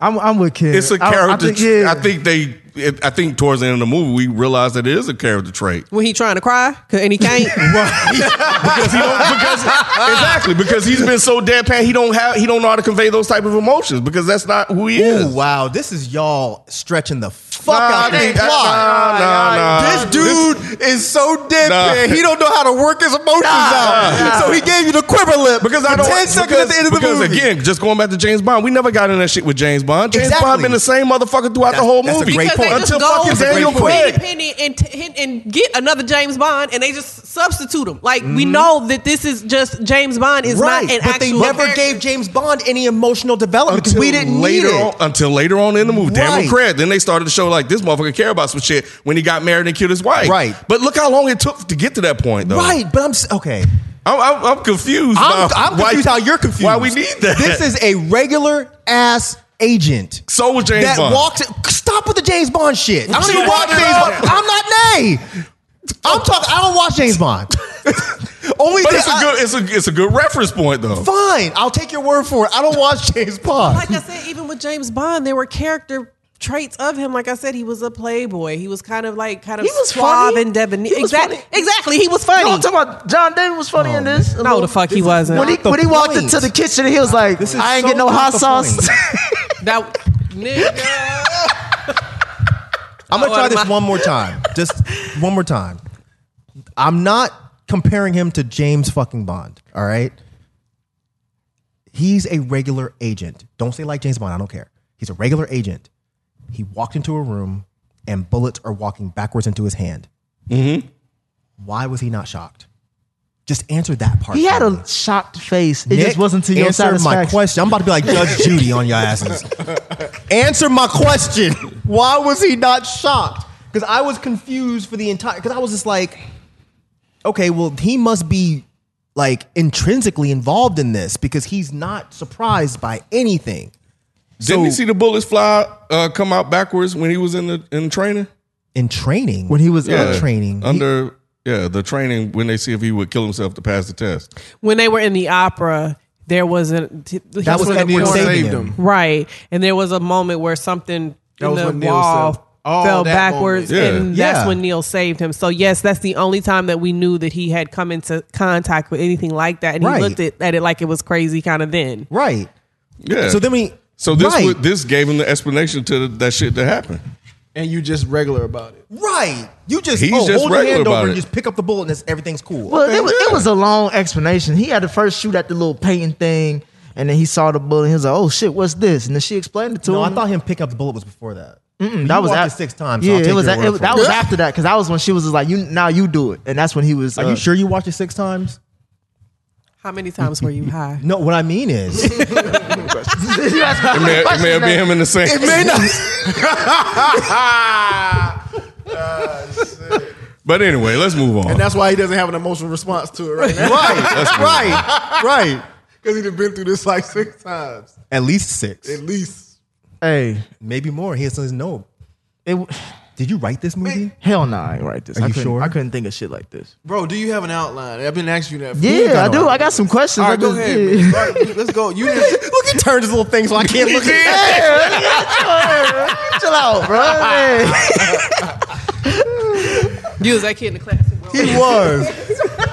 I'm, I'm with Ken.
it's a
I- I
character. I,
think, yeah.
I think they. It, I think towards the end of the movie, we realized that it is a character trait.
when he trying to cry 'Cause- and he can't
because he don't because exactly because he's been so deadpan he don't have he don't know how to convey those type of emotions because that's not who he is.
Ooh, wow, this is y'all stretching the fuck
Nah,
out
I
the
think that-
plot.
nah, nah, nah.
This dude is so deadpan.
Nah.
He don't know how to work his emotions out. So he gave you the quiver lip
Because I
for
don't.
ten seconds at the end of the
because
movie.
again, just going back to James Bond, we never got in that shit with James Bond. James
Exactly.
Bond been the same motherfucker throughout the
That's-
whole
that's a
movie.
great
because
point.
they
Until
just go
fucking
That's a great
Daniel
point.
Craig.
penny and, t- and and get another James Bond and they just substitute him like we know that this is just James Bond is
Mm-hmm. right,
not an
but
actual
they never
character.
gave James Bond any emotional development because
Until
we didn't
later
need it.
on, until later on in the movie,
Right.
Daniel Craig. Then they started to show like this motherfucker care about some shit when he got married and killed his wife.
Right.
But look how long it took to get to that point, though.
Right, but I'm s- okay.
I'm, I'm, I'm confused.
I'm,
about
I'm
why-
confused how you're confused.
Why we need that?
This is a regular ass agent.
So was James
that
Bond.
walks. Stop with the James Bond shit. I don't
She
even watch
brought it
James Bond.
up.
I'm not nay. I'm talking. I don't watch James Bond. Only
But
thing
it's a
I-
good it's a it's a good reference point though.
Fine, I'll take your word for it. I don't watch James Bond.
like I said, even with James Bond, there were character traits of him. Like I said, he was a playboy. He was kind of like kind of
He was
suave
funny.
and debonair.
He was
Exactly,
funny.
exactly. He was funny.
No, I'm talking about John David was
Oh,
funny in this.
No, the fuck he wasn't.
When he,
Not the
when he walked
point.
into the kitchen, he was like,
This is
"I ain't
so
get no
not
hot
the
sauce."
point.
that nigga.
I'm gonna
Oh,
try
am
this
I-
one more time. Just one more time. I'm not comparing him to James fucking Bond. All right. He's a regular agent. Don't say like James Bond. I don't care. He's a regular agent. He walked into a room and bullets are walking backwards into his hand.
Mm-hmm.
Why was he not shocked? Just answer that part.
he had
for me.
a shocked face. It
Nick,
just wasn't to your
answer my
satisfaction.
question. I'm about to be like Judge Judy on your asses. answer my question. Why was he not shocked? Because I was confused for the entire. Because I was just like, okay, well, he must be like intrinsically involved in this because he's not surprised by anything
Didn't you see the bullets fly uh, come out backwards when he was in the in training?
in training.
When he was
in
Yeah.
training,
under yeah the training when they see if he would kill himself to pass the test.
when they were in the opera, there wasn't.
that was
when
Edward
Neil
saving
saved
him.
him.
right, and there was a moment where something
That
in
was
the
when Neil
wall.
saved- Oh,
fell
that moment.
backwards,
Yeah.
and that's
Yeah.
when Neil saved him. So yes, that's the only time that we knew that he had come into contact with anything like that, and
Right.
he looked at, at it like it was crazy, kind of then.
right?
Yeah.
So then we-
so this
right.
would, this gave him the explanation to the, that shit that happened.
And you just regular about it.
Right. You just
He's
oh,
just
hold your
regular
hand
about
over
it.
and just pick up the bullet and it's, everything's cool.
Well, it, was, it was a long explanation. He had to first shoot at the little painting thing, and then he saw the bullet. And he was like, "Oh shit, what's this?" And then she explained it to
no, I
him.
thought him picking up the bullet was before that.
Mm,
You
that was
walked
af-
it six times. so
Yeah,
I'll take
it was.
your
a-
word for
It, that
it.
was after that because that was when she was just like, "You now you do it," and that's when he was.
Are
uh,
you sure you watched it six times?
How many times were you high?
No, what I mean is, it
You asked my
It may, it
question
may have been
now.
him in the same.
may not.
But anyway, let's move on.
And that's why he doesn't have an emotional response to it right now.
right, right, right.
Because he's been through this like six times.
At least six,
At least.
Hey,
maybe more. He doesn't know.
it,
Did you write this movie?
hell no, I ain't write this.
Are
I
you
couldn't-
sure?
I couldn't think of shit like this.
Bro, do you have an outline? I've been asking you that. for-
Yeah, I
no
do.
idea.
I got some questions. I
All right, go
just-
ahead.
yeah.
man. All right, let's go. You didn't.
Look, he turned his little thing so I can't look at it.
Chill out, bro. Hey.
You was that kid in the class.
He was.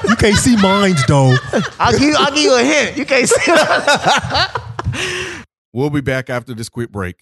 You can't see mine though.
I'll give I'll give you a hint. You can't see.
We'll be back after this quick break.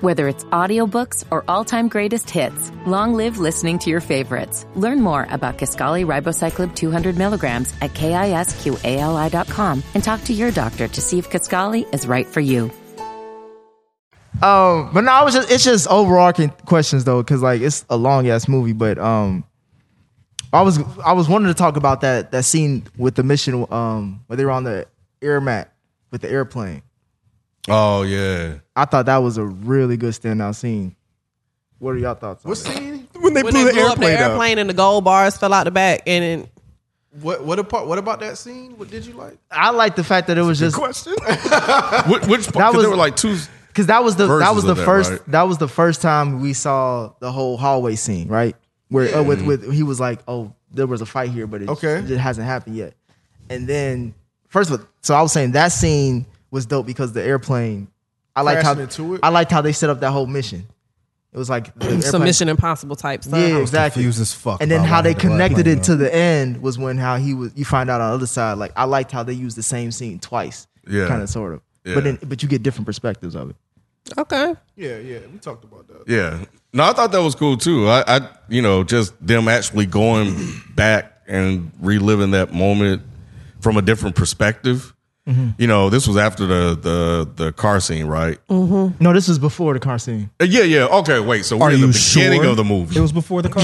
Whether it's audiobooks or all-time greatest hits, long live listening to your favorites. Learn more about Kaskali Ribocyclib 200 milligrams at kisqali.com and talk to your doctor to see if Kaskali is right for you.
Um, but no, I was just it's just overarching questions though, because like it's a long ass movie. But um, I was I was wanting to talk about that that scene with the mission um where they were on the air mat with the airplane.
Oh yeah.
I thought that was a really good standout scene. What are y'all thoughts? On
What
it?
scene?
when they
When they blew up the airplane and the gold bars fell out the back, and then
What what apart? What about that scene? What did you like?
I like the fact that it was just
Question.
Which, which
That
because
was-
there were like two.
because that was the that
Versions
was the
of that,
first
right?
that was the first time we saw the whole hallway scene, right? Where uh, with with he was like, oh, there was a fight here, but it
Okay.
just, it hasn't happened yet. And then first of all, so I was saying that scene was dope because the airplane. I liked how
Crashing into it?
I liked how they set up that whole mission. It was like the
some
airplane-
Mission Impossible type stuff.
Yeah, exactly.
confused as fuck
And then
about
how
why
they
the black
connected
plane
it to the end was when how he was. You find out on the other side. Like I liked how they used the same scene twice.
Yeah.
kind of sort of.
Yeah.
But then, but you get different perspectives of it.
Okay.
yeah, yeah. We talked about that.
Yeah. No, I thought that was cool too. I, I you know, just them actually going back and reliving that moment from a different perspective. You know, this was after the the the car scene, right?
No, this was before the car scene.
Uh, Yeah, yeah. Okay, wait. So we're
Are
in the
you
beginning
sure
of the movie.
It was before the car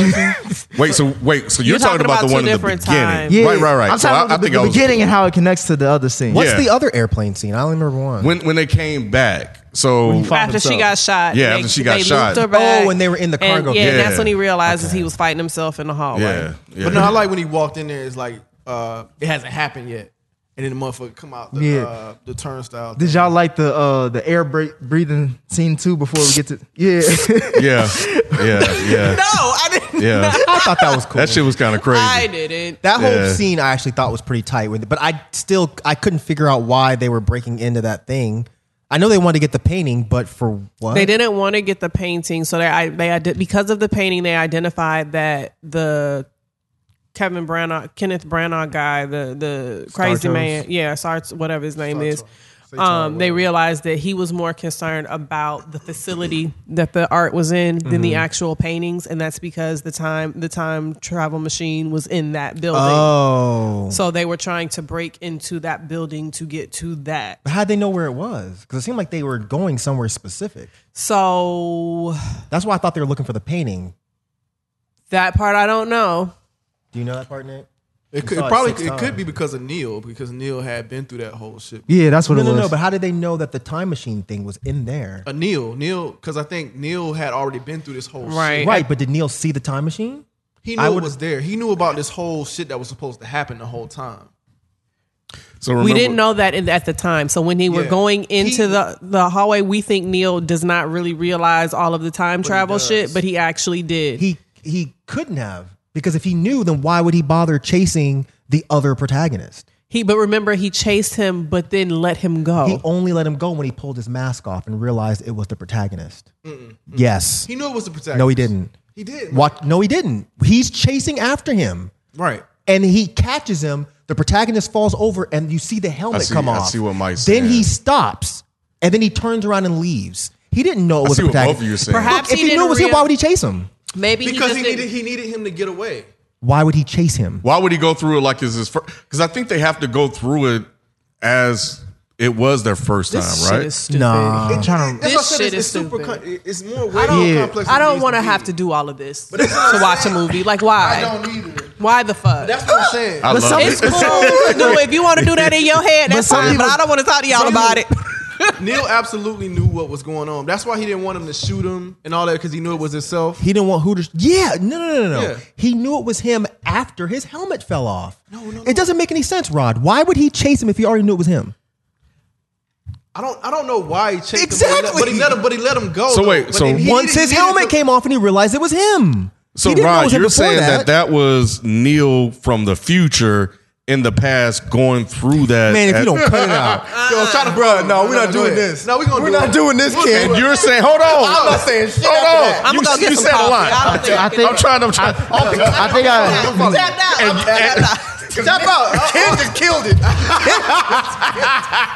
scene.
wait, so wait, so you're, talking, about, the
two
one in the beginning,
different times.
right? Right, right.
I'm
so
talking about the, the
I was-
beginning and how it connects to the other scene.
What's
Yeah.
the other airplane scene? I only remember one.
when when they came back. So
Found
After she
himself.
got shot.
Yeah,
they-
after she
they
got
looped
shot.
her back,
Oh, when they were in the
and-
cargo
yeah,
bay.
and that's
Yeah.
when he realizes he was fighting himself in the hallway.
yeah, yeah.
But no, I like when he walked in there. It's like uh, it hasn't happened yet, and then the motherfucker come out the,
Yeah.
uh, the turnstile.
Did y'all like the uh the air break breathing scene too? Before we get to yeah,
yeah, yeah, yeah.
No, I didn't.
Yeah,
I thought that was cool.
that shit was kind of crazy.
I didn't.
That whole
Yeah.
scene I actually thought was pretty tight with it, but I still I couldn't figure out why they were breaking into that thing. I know they wanted to get the painting, but for what?
They didn't want to get the painting, so they I, they ide- because of the painting they identified that the Kevin Branagh, Kenneth Branagh guy, the the crazy
Sartos.
man, yeah, Sart, whatever his name is. Um, they realized that he was more concerned about the facility that the art was in than
Mm-hmm.
the actual paintings, and that's because the time the time travel machine was in that building.
Oh,
So they were trying to break into that building to get to that.
how'd they know where it was? Because it seemed like they were going somewhere specific.
So
That's why I thought they were looking for the painting.
that part I don't know.
Do you know that part, Nick?
It, could,
saw
it
it
probably
six
it could
times.
be because of Neil because Neil had been through that whole shit.
yeah. That's what
No,
it
no,
was.
no. But how did they know that the time machine thing was in there?
Uh, Neil, Neil, because I think Neil had already been through this whole
Right.
shit.
Right, but did Neil see the time machine?
He
I
knew it
would-
was there. He knew about this whole shit that was supposed to happen the whole time.
So remember,
we didn't know that in, at the time. So when he were
Yeah.
going into
He-
the, the hallway, we think Neil does not really realize all of the time travel shit, but he actually did.
He he couldn't have because if he knew, then why would he bother chasing the other protagonist?
He but remember he chased him, but then let him go.
Oh.
He only let him go when he pulled his mask off and realized it was the protagonist. Yes.
He knew it was the protagonist.
no, he didn't.
He did.
What? No, he didn't. He's chasing after him,
Right.
and he catches him. The protagonist falls over, and you see the helmet
see-
come
I
off.
see what Mike's
Then he
saying.
stops, and then he turns around and leaves. He didn't know it
I
was
see
the
what both
protagonist.
of you are saying.
Perhaps-
Look, if
He
he, knew
didn't
it was him,
real-
why would he chase him?
Maybe
Because he
just
needed
didn't-
he needed him to get away.
Why would he chase him?
Why would he go through it like it's his first? Because I think they have to go through it as it was their first time,
This shit
right?
is stupid.
Nah.
That's why
This
I said
shit
it's,
is
it's super.
stupid.
com- it- it's more way
I
more
don't,
complex.
I don't want to have to do all of this to watch a movie. Like why?
I don't either.
Why the fuck?
That's what I'm saying.
I
But
love
some-
it.
it's cool to do if you want to do that in your head. That's
some
fine, but
people-
I don't want to talk to y'all about it.
Neil absolutely knew what was going on. That's why he didn't want him to shoot him and all that because he knew it was himself.
He didn't want who to. Yeah, no, no, no, no.
Yeah.
no. He knew it was him after his helmet fell off. No, no, It doesn't make any sense, Rod. Why would he chase him if he already knew it was him?
I don't. I don't know why he chased him,
Exactly.
but he let him. But he let him go.
So
though.
wait,
But
so
then he
Once
needed-
his
he needed
helmet
to-
came off and he realized it was him.
So
He didn't know it
Rod,
was him
you're
before
saying that. that was Neil from the future in the past going through that.
Man, if
at-
you don't cut it out,
Yo, try to,
Bro, no, we're not
go
doing
ahead.
this.
No, we're gonna.
We're
do
not
it.
doing this,
We'll do
kid.
it.
You're saying, hold on.
I'm not saying shit
Hold
after
on.
that.
I'm
you
gonna go get
you
some
said a
coffee.
lot.
I don't think-
I think-
I'm trying to. I'm trying.
I think I.
Tapped out. I'm tapped out.
Stop out. Kid just killed it.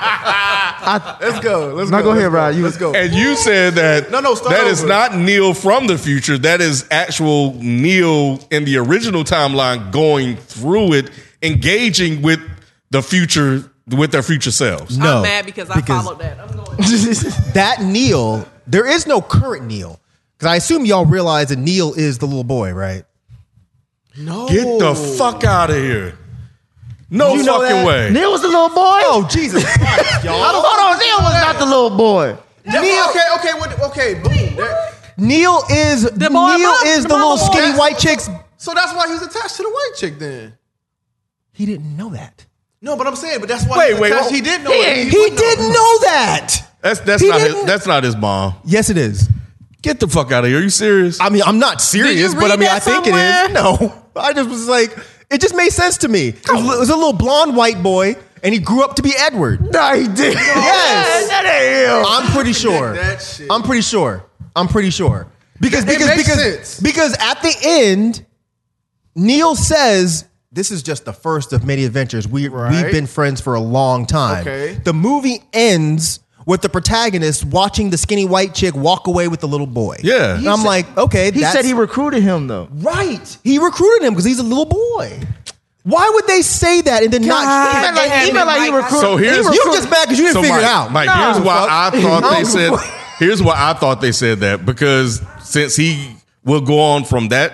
let's go. Let's
No, go ahead,
Let's
Rod. You-
letlet's go.
And you said that
No, no, start
that is
over.
not Neil from the future. That is actual Neil in the original timeline going through it, engaging with the future with their future selves.
No,
I'm mad because I
because-
followed that. I'm going.
that Neil, there is no current Neil. Because I assume y'all realize that Neil is the little boy, right?
Get the fuck out of here. No
You know
fucking
that?
way.
Neil was the little boy.
Oh, Jesus Christ, y'all.
Hold on, Neil was not the little boy.
Neil, okay, okay, what, okay, boom. That-
Neil is
The boy
Neil
mom-
is
the
the,
mama
little
boy.
skinny white chicks.
so that's why he's attached to the white chick then.
He didn't know that.
No, but I'm saying, but that's why
Wait,
he's
wait,
attached.
wait.
he did know.
He,
it. wouldn't know.
didn't know that.
That's that's
He
not his,
didn't-
that's not his mom.
Yes, it is.
Get the fuck out of here. Are you serious?
I mean, I'm not serious, but I
read
mean, I
that
think it is. No, I just was like, it just made sense to me. It was, li- it was a little blonde white boy, and he grew up to be Edward.
No, he did.
Yes. I'm pretty sure.
That shit.
I'm pretty sure. I'm pretty sure. Because because
makes
because
sense.
because at the end, Neil says this is just the first of many adventures. We we've
Right.
been friends for a long time.
Okay.
The movie ends with the protagonist watching the skinny white chick walk away with the little boy.
Yeah.
And I'm
He
like, okay,
He
that's
said he recruited him though.
right. He recruited him because he's a little boy. Why would they say that and then
He meant
not?
like, he meant like he
Mike,
recruited.
So
he
here's-
You
recruited-
just mad because you didn't
So,
figure
Mike,
it out.
Mike, here's why I thought they said.
Fuck.
Here's why I thought they said that because since he will go on from that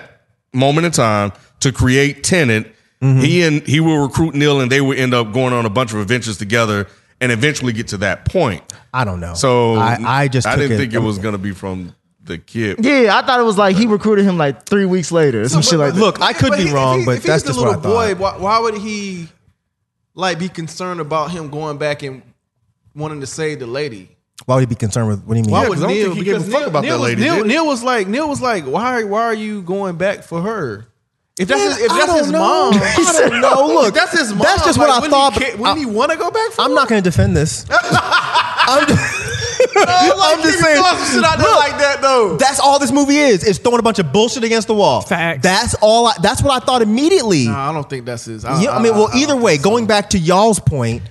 moment in time to create Tenant,
Mm-hmm.
he and he will recruit Neil, and they will end up going on a bunch of adventures together, and eventually get to that point.
I don't know.
So
I, I just
I
took
didn't think it was gonna be from the kid.
Yeah, I thought it was like he recruited him like three weeks later or some shit like that.
Look, I could
But
be
he- if
wrong,
he-
but
if
that's
he's
just
the
what I
little boy.
thought.
Why, why would he like be concerned about him going back and wanting to save the lady?
Why would he be concerned with? What do you mean?
Why
would- 'cause I don't think he gave a
because
fuck about
Neil
that
was-
lady,
Neil,
did he?
Neil was like, Neil was like, why, why are you going back for her? If that's
Man,
his, if
I
that's
don't
his
know.
mom,
I don't know. Look,
If that's his mom.
that's just
like,
what I
wouldn't
thought,
He,
but
ca- wouldn't he want to go back? For
I'm
her?
not going to defend this. I'm just, I'm just saying.
Shit out there
look,
like that though.
That's all this movie is. It's throwing a bunch of bullshit against the wall.
Facts.
That's all. I, that's what I thought immediately.
Nah, I don't think that's his.
You know, I, mean, well,
Ah, I- I
either
don't
way,
think so.
going back to y'all's point,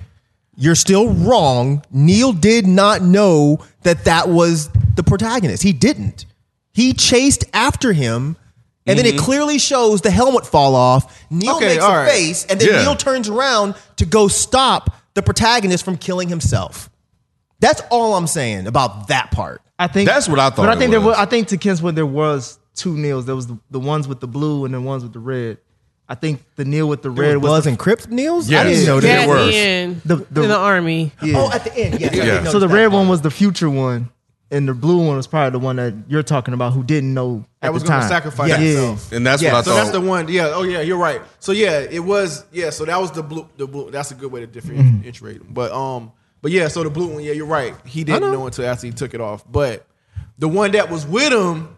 you're still wrong. Neil did not know that that was the protagonist. He didn't. He chased after him, and then it clearly shows the helmet fall off. Neil
Mm-hmm. Okay,
makes a
all right.
face, and then
Yeah.
Neil turns around to go stop the protagonist from killing himself. That's all I'm saying about that part.
I think
That's what I thought
But I
it
think there
was.
was. I think to Ken's point, there was two Neils. There was the, the ones with the blue and the ones with the red. I think the Neil with the red was
Bloods and Crips, Neil's.
Yes.
I didn't know
Yeah.
that.
It works.
in,
The- the-
in the army.
Oh, at the end, yes. I
Yeah.
didn't know
so the
that.
red one was the future one, and the blue one was probably the one that you're talking about who didn't know at
That was
the
gonna
time.
sacrifice
yeah.
himself.
And that's
Yeah,
what I
So
thought.
that's the one. Yeah. Oh yeah, you're right. So yeah, it was yeah, so that was the blue the blue that's a good way to differentiate them. But um but yeah, so the blue one, yeah, you're right. He didn't know. until after he took it off. But the one that was with him,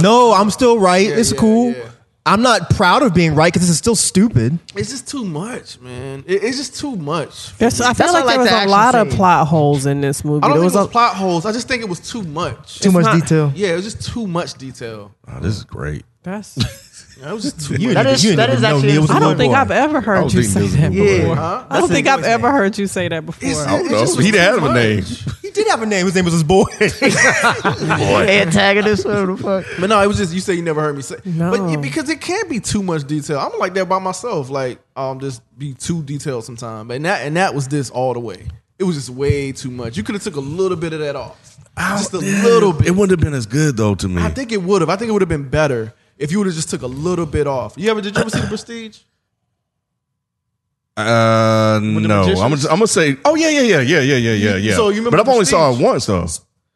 No, I'm still right. it's
yeah,
cool.
yeah.
I'm not proud of being right because this is still stupid.
it's just too much, man. It- it's just too much.
That's, I
That's
feel like,
like the
there was a
action
lot of
scene.
plot holes in this movie.
I don't
There
think
was
it was
a-
plot holes. I just think it was too much.
Too much
not-
detail.
yeah, it was just too much detail.
Oh, this is great.
that's-
Yeah, It was just too
You
much.
That
didn't-
is-
you didn't
that
even
is
know
actually-
Neil was a
I
little
don't think
boy.
I've ever
I
heard
don't
you
think
say
this is
that.
gonna
before.
work.
Huh?
I don't think I've ever heard you say that before.
It's-
I don't
it
know.
just was
He'd
too
have a
much.
name.
He did have a name. His name was his boy.
Antagonist, whatever the fuck.
But no, it was just you say you never heard me say.
No.
But yeah, because it can't be too much detail. I'm like that by myself. Like um, just be too detailed sometimes. And that and that was this all the way. It was just way too much. You could have took a little bit of that off, just a little bit.
It wouldn't have been as good though to me.
I think it would have. I think it would have been better if you would have just took a little bit off. You ever did you ever see the Prestige?
Uh,
the
no. I'm gonna,
magicians?
I'm gonna say. Oh yeah, yeah, yeah, yeah, yeah, yeah, yeah, yeah.
So you remember
but I've only saw it
Prestige?
once though.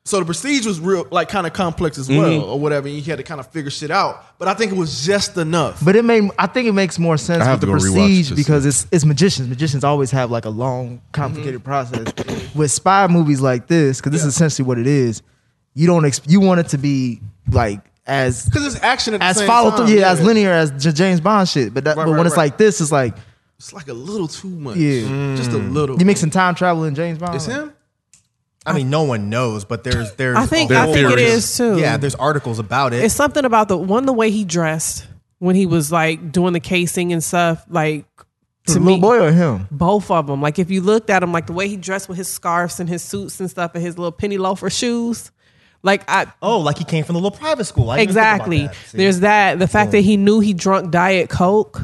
So the Prestige was real, like kind of complex as well, or whatever. And you had to kind of figure shit out. But I think it was just enough.
But it made I think it makes more sense
I have
with the
to go rewatch
prestige
this.
because it's it's magicians. Magicians always have like a long, complicated process. With spy movies like this, because this is essentially what it is, you don't ex- you want it to be like as
Because it's action at the
as
same
follow
time,
through, yeah, as linear as J- James Bond shit. But that,
Right,
but
right,
when it's
right.
like this, it's like
It's like a little too much.
Yeah.
Just a little.
you mixing time travel and James Bond.
It's him?
I mean, no one knows, but there's there's.
I think
a
I
whole-
think it
theories.
is too.
Yeah, there's articles about it.
it's something about the one the way he dressed when he was like doing the casing and stuff. Like
to
to
the
me,
little boy or him?
both of them. Like if you looked at him, like the way he dressed with his scarves and his suits and stuff, and his little penny loafer shoes. Like I
oh, like he came from the little private school. I didn't even think about
exactly.
that. See?
There's that. The fact that he knew he drunk diet coke.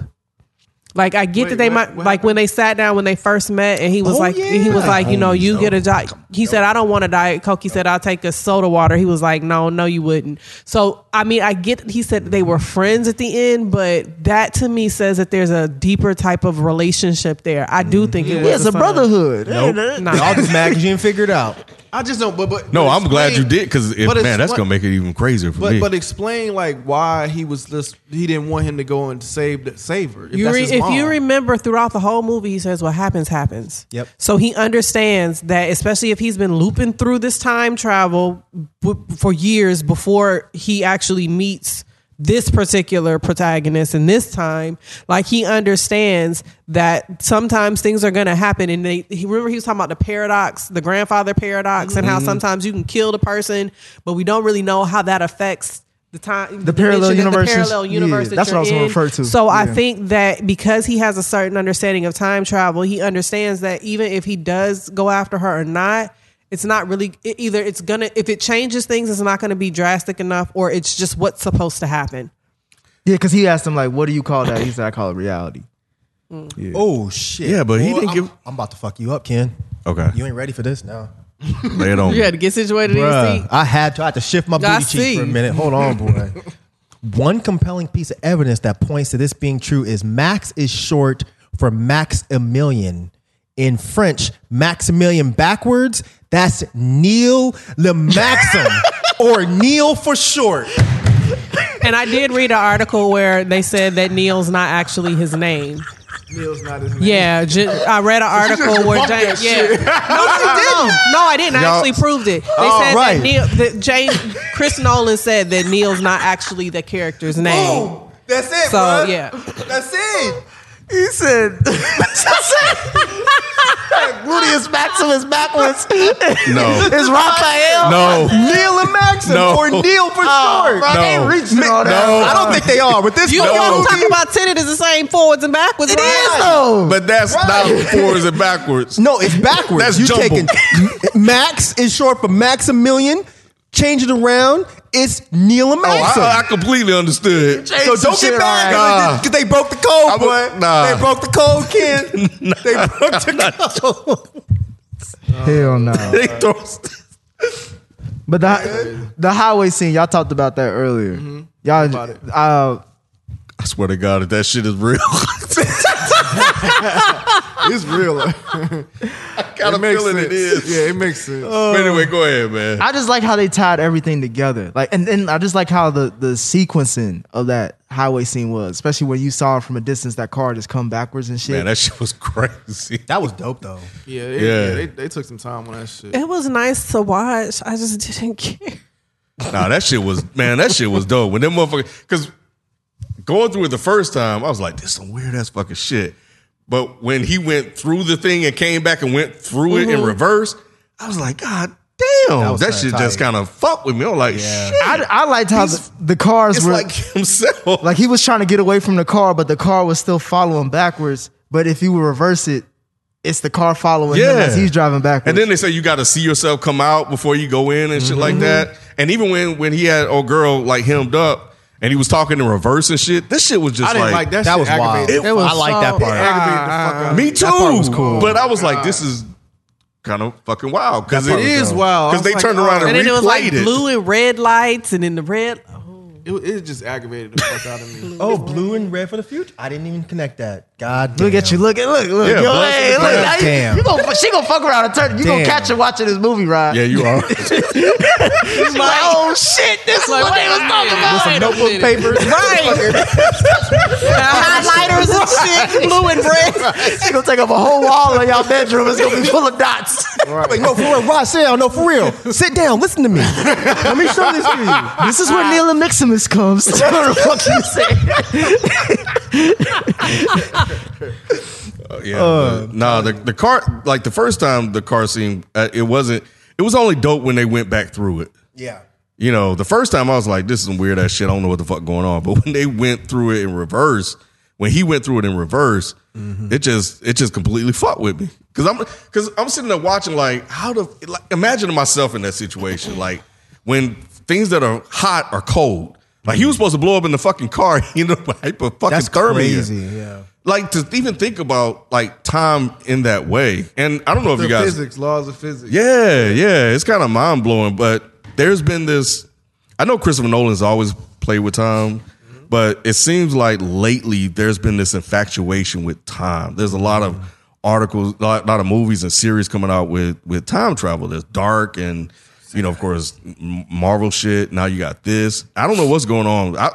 Like I get
Wait,
that they
what-
might
what
like when they sat down when they first met and he was
Oh,
like he was
yeah.
like you know
Homies,
you
no.
get a diet he said I don't want a diet coke he said I'll take a soda water he was like no no you wouldn't so I mean I get he said they were friends at the end but that to me says that there's a deeper type of relationship there I do think
Mm-hmm.
it was
Yeah, it's
the
a
son.
brotherhood.
Nope.
Nah.
Y'all just mad 'cause you didn't figure it out.
I just don't. But but
No,
but
I'm glad you
explain-
did because
but
man, that's
expla-
gonna make it even crazier for
But
me.
but explain like why he was just he didn't want him to go and save the, save her. If,
You
that's
re-
his
if
mom.
you remember throughout the whole movie, he says, "What happens happens."
Yep.
So he understands that, especially if he's been looping through this time travel b- for years before he actually meets this particular protagonist in this time. Like he understands that sometimes things are going to happen, and they he, remember he was talking about the paradox, the grandfather paradox, and how
Mm-hmm.
sometimes you can kill the person, but we don't really know how that affects. The time, the,
parallel
dimension and
universes.
the parallel universe.
Yeah,
that
that's what I was
you're
gonna
in.
refer to.
So I
Yeah.
think think that because he has a certain understanding of time travel, he understands that even if he does go after her or not, it's not really it, either it's gonna if it changes things, it's not gonna be drastic enough, or it's just what's supposed to happen.
Yeah, because he asked him like, "What do you call that?" He said, "I call it reality."
Oh shit.
Yeah, but he
Boy,
didn't
I'm,
give-
I'm about to fuck you up, Ken.
okay,
You ain't ready for this now.
lay it on. me.
to get situated
Bruh, I had to. I had to shift my
I
booty cheek for a
see.
minute. Hold on, boy. One compelling piece of evidence that points to this being true is Max is short for Maximilien. In French, Maximilien backwards, that's Neil Le Maxim, or Neil for short.
And I did read an article where they said that Neil's not actually his name.
Neil's not his name.
Yeah, ju- I read an article where James. Yeah, no, I didn't. No, I didn't. I actually proved it. They said
right.
that Neil, that James, Chris Nolan said that Neil's not actually the character's name.
Oh,
Boom. That's it,
So,
bruh.
yeah.
That's it.
He said, "Gluteus maximus backwards."
No,
It's Raphael.
no,
Neil Le Maxim,
No.
or Neil for short.
I
no.
ain't reaching all that.
No.
I don't think they are, but this
You
fucking
want
movie-
to talk about tenet is the same forwards and backwards.
It
right?
is though.
But that's not forwards and backwards.
No, it's backwards.
That's
you
jumbled.
taking Max is short for Maximilian. Change it around. It's Neil and
Oh,
Maxim.
I, I completely understood.
so don't get mad
Nah.
because they broke the code,
I would-
boy.
nah.
They broke the code, Ken. They broke the code.
Oh.
Hell no.
They throw-
But the the highway scene, y'all talked about that earlier.
Mm-hmm.
Y'all, uh,
I swear to God, if that shit is real,
It's real. I
got a feeling it is.
Yeah, it makes sense.
Uh,
But anyway, go ahead, man.
I just like how they tied everything together. Like, and then I just like how the the sequencing of that highway scene was, especially when you saw from a distance that car just come backwards and shit.
man, that shit was crazy.
That was dope, though.
Yeah, they, yeah.
Yeah.
they, they took some time on that shit.
It was nice to watch. I just didn't care.
Nah, that shit was man, that shit was dope. When them motherfucker cause going through it the first time, I was like, this some weird ass fucking shit. But when he went through the thing and came back and went through it
Mm-hmm.
in reverse, I was like, God damn,
That
that,
was kinda
shit just
tight.
kind of fucked with me. I'm like, shit.
I, I liked how the, the cars
it's
were
like himself.
like he was trying to get away from the car, but the car was still following backwards. But if you would reverse it, it's the car following him
Yeah.
as he's driving backwards.
And then they say you got to see yourself come out before you go in and shit
Mm-hmm.
like that. And even when when he had old girl like hemmed up and he was talking in reverse and shit, this shit was just
I didn't like, that.
That
shit
was wild.
aggravated.
It was
I like
so-
that part.
It aggravated the fuck out. of me.
Me too.
part was cool.
But I was like, this is kind of fucking wild because
That
it
part was
is
dope.
Wow. I
because
was
they
like,
turned
oh.
around and,
And then it was like
replayed it.
blue and red lights, and then the red.
It, it just aggravated the fuck out of me.
Oh, blue and red for the future. I didn't even connect that. God damn.
Look at you! Look at look look!
Yeah,
yo,
bro.
hey, look!
Damn.
now you-
Damn.
You gonna she gonna fuck around and turn? You gonna
Damn.
catch her watching this movie, Rod?
Yeah, you are.
She's like, oh shit! This is
Like,
what they was
wait a
talking
minute.
about.
Notebook
papers.
Right.
Highlighter colors and shit, blue and red. She gonna take up a whole wall of y'all bedroom. It's gonna be full of dots.
Like, no, for real, Rochelle, no, for real. Sit down, listen to me. Let me show this to you.
This is where Neil and Miximus comes. what the fuck you say?
Yeah.
Uh,
but, nah, the, the car, like the first time the car scene, uh, it wasn't, it was only dope when they went back through it.
Yeah.
You know, the first time I was like, this is some weird ass shit. I don't know what the fuck going on. But when they went through it in reverse, when he went through it in reverse, it just, it just completely fucked with me. Cause I'm, cause I'm sitting there watching like, how the, like, imagining myself in that situation. Like when things that are hot are cold. Like he was supposed to blow up in the fucking car, you know, hyper fucking
That's
thermia
crazy. Yeah.
like to even think about like time in that way. And I don't know if
The
you guys,
physics, laws of physics.
yeah, yeah, it's kind of mind blowing. But there's been this. I know Christopher Nolan's always played with time, but it seems like lately there's been this infatuation with time. There's a lot of articles, a lot, lot of movies and series coming out with with time travel. There's Dark and you know, of course, M- Marvel shit. Now you got this. I don't know what's going on. I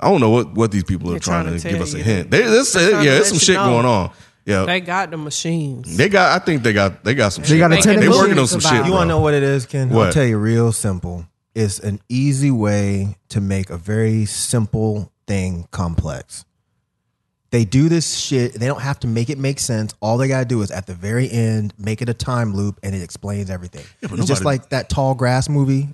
I don't know what, what these people
They're
are trying,
trying
to,
to
give
tell
us a
you.
hint. They, this,
They're trying to
yeah, there's
let
some
you
shit
know.
going on. Yeah,
They got the machines.
they got. I think they got. They got some. They shit.
got a
bro.
tenant
They working
machine
on some
about-
shit.
You
You
bro.
want to know what it is, Ken?
What?
I'll tell you real simple. It's an easy way to make a very simple thing complex. They do this shit. They don't have to make it make sense. All they gotta do is at the very end make it a time loop, and it explains everything.
but
it's just
nobody-
like that tall grass movie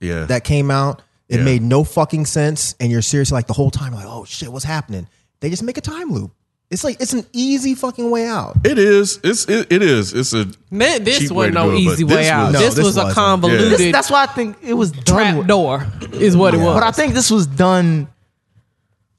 Yeah.
that came out. It
Yeah.
made no fucking sense, and you're seriously like the whole time like, oh shit, what's happening? They just make a time loop. It's like it's an easy fucking way out.
It is. It's it, it is. It's a
Man, this
cheap way
was
to
no
do it, but
easy
this
way out.
was-
No,
this,
this
was a
wasn't.
convoluted
Yeah.
That's why I think it was done.
trap
with-
door, is what it was.
But I think this was done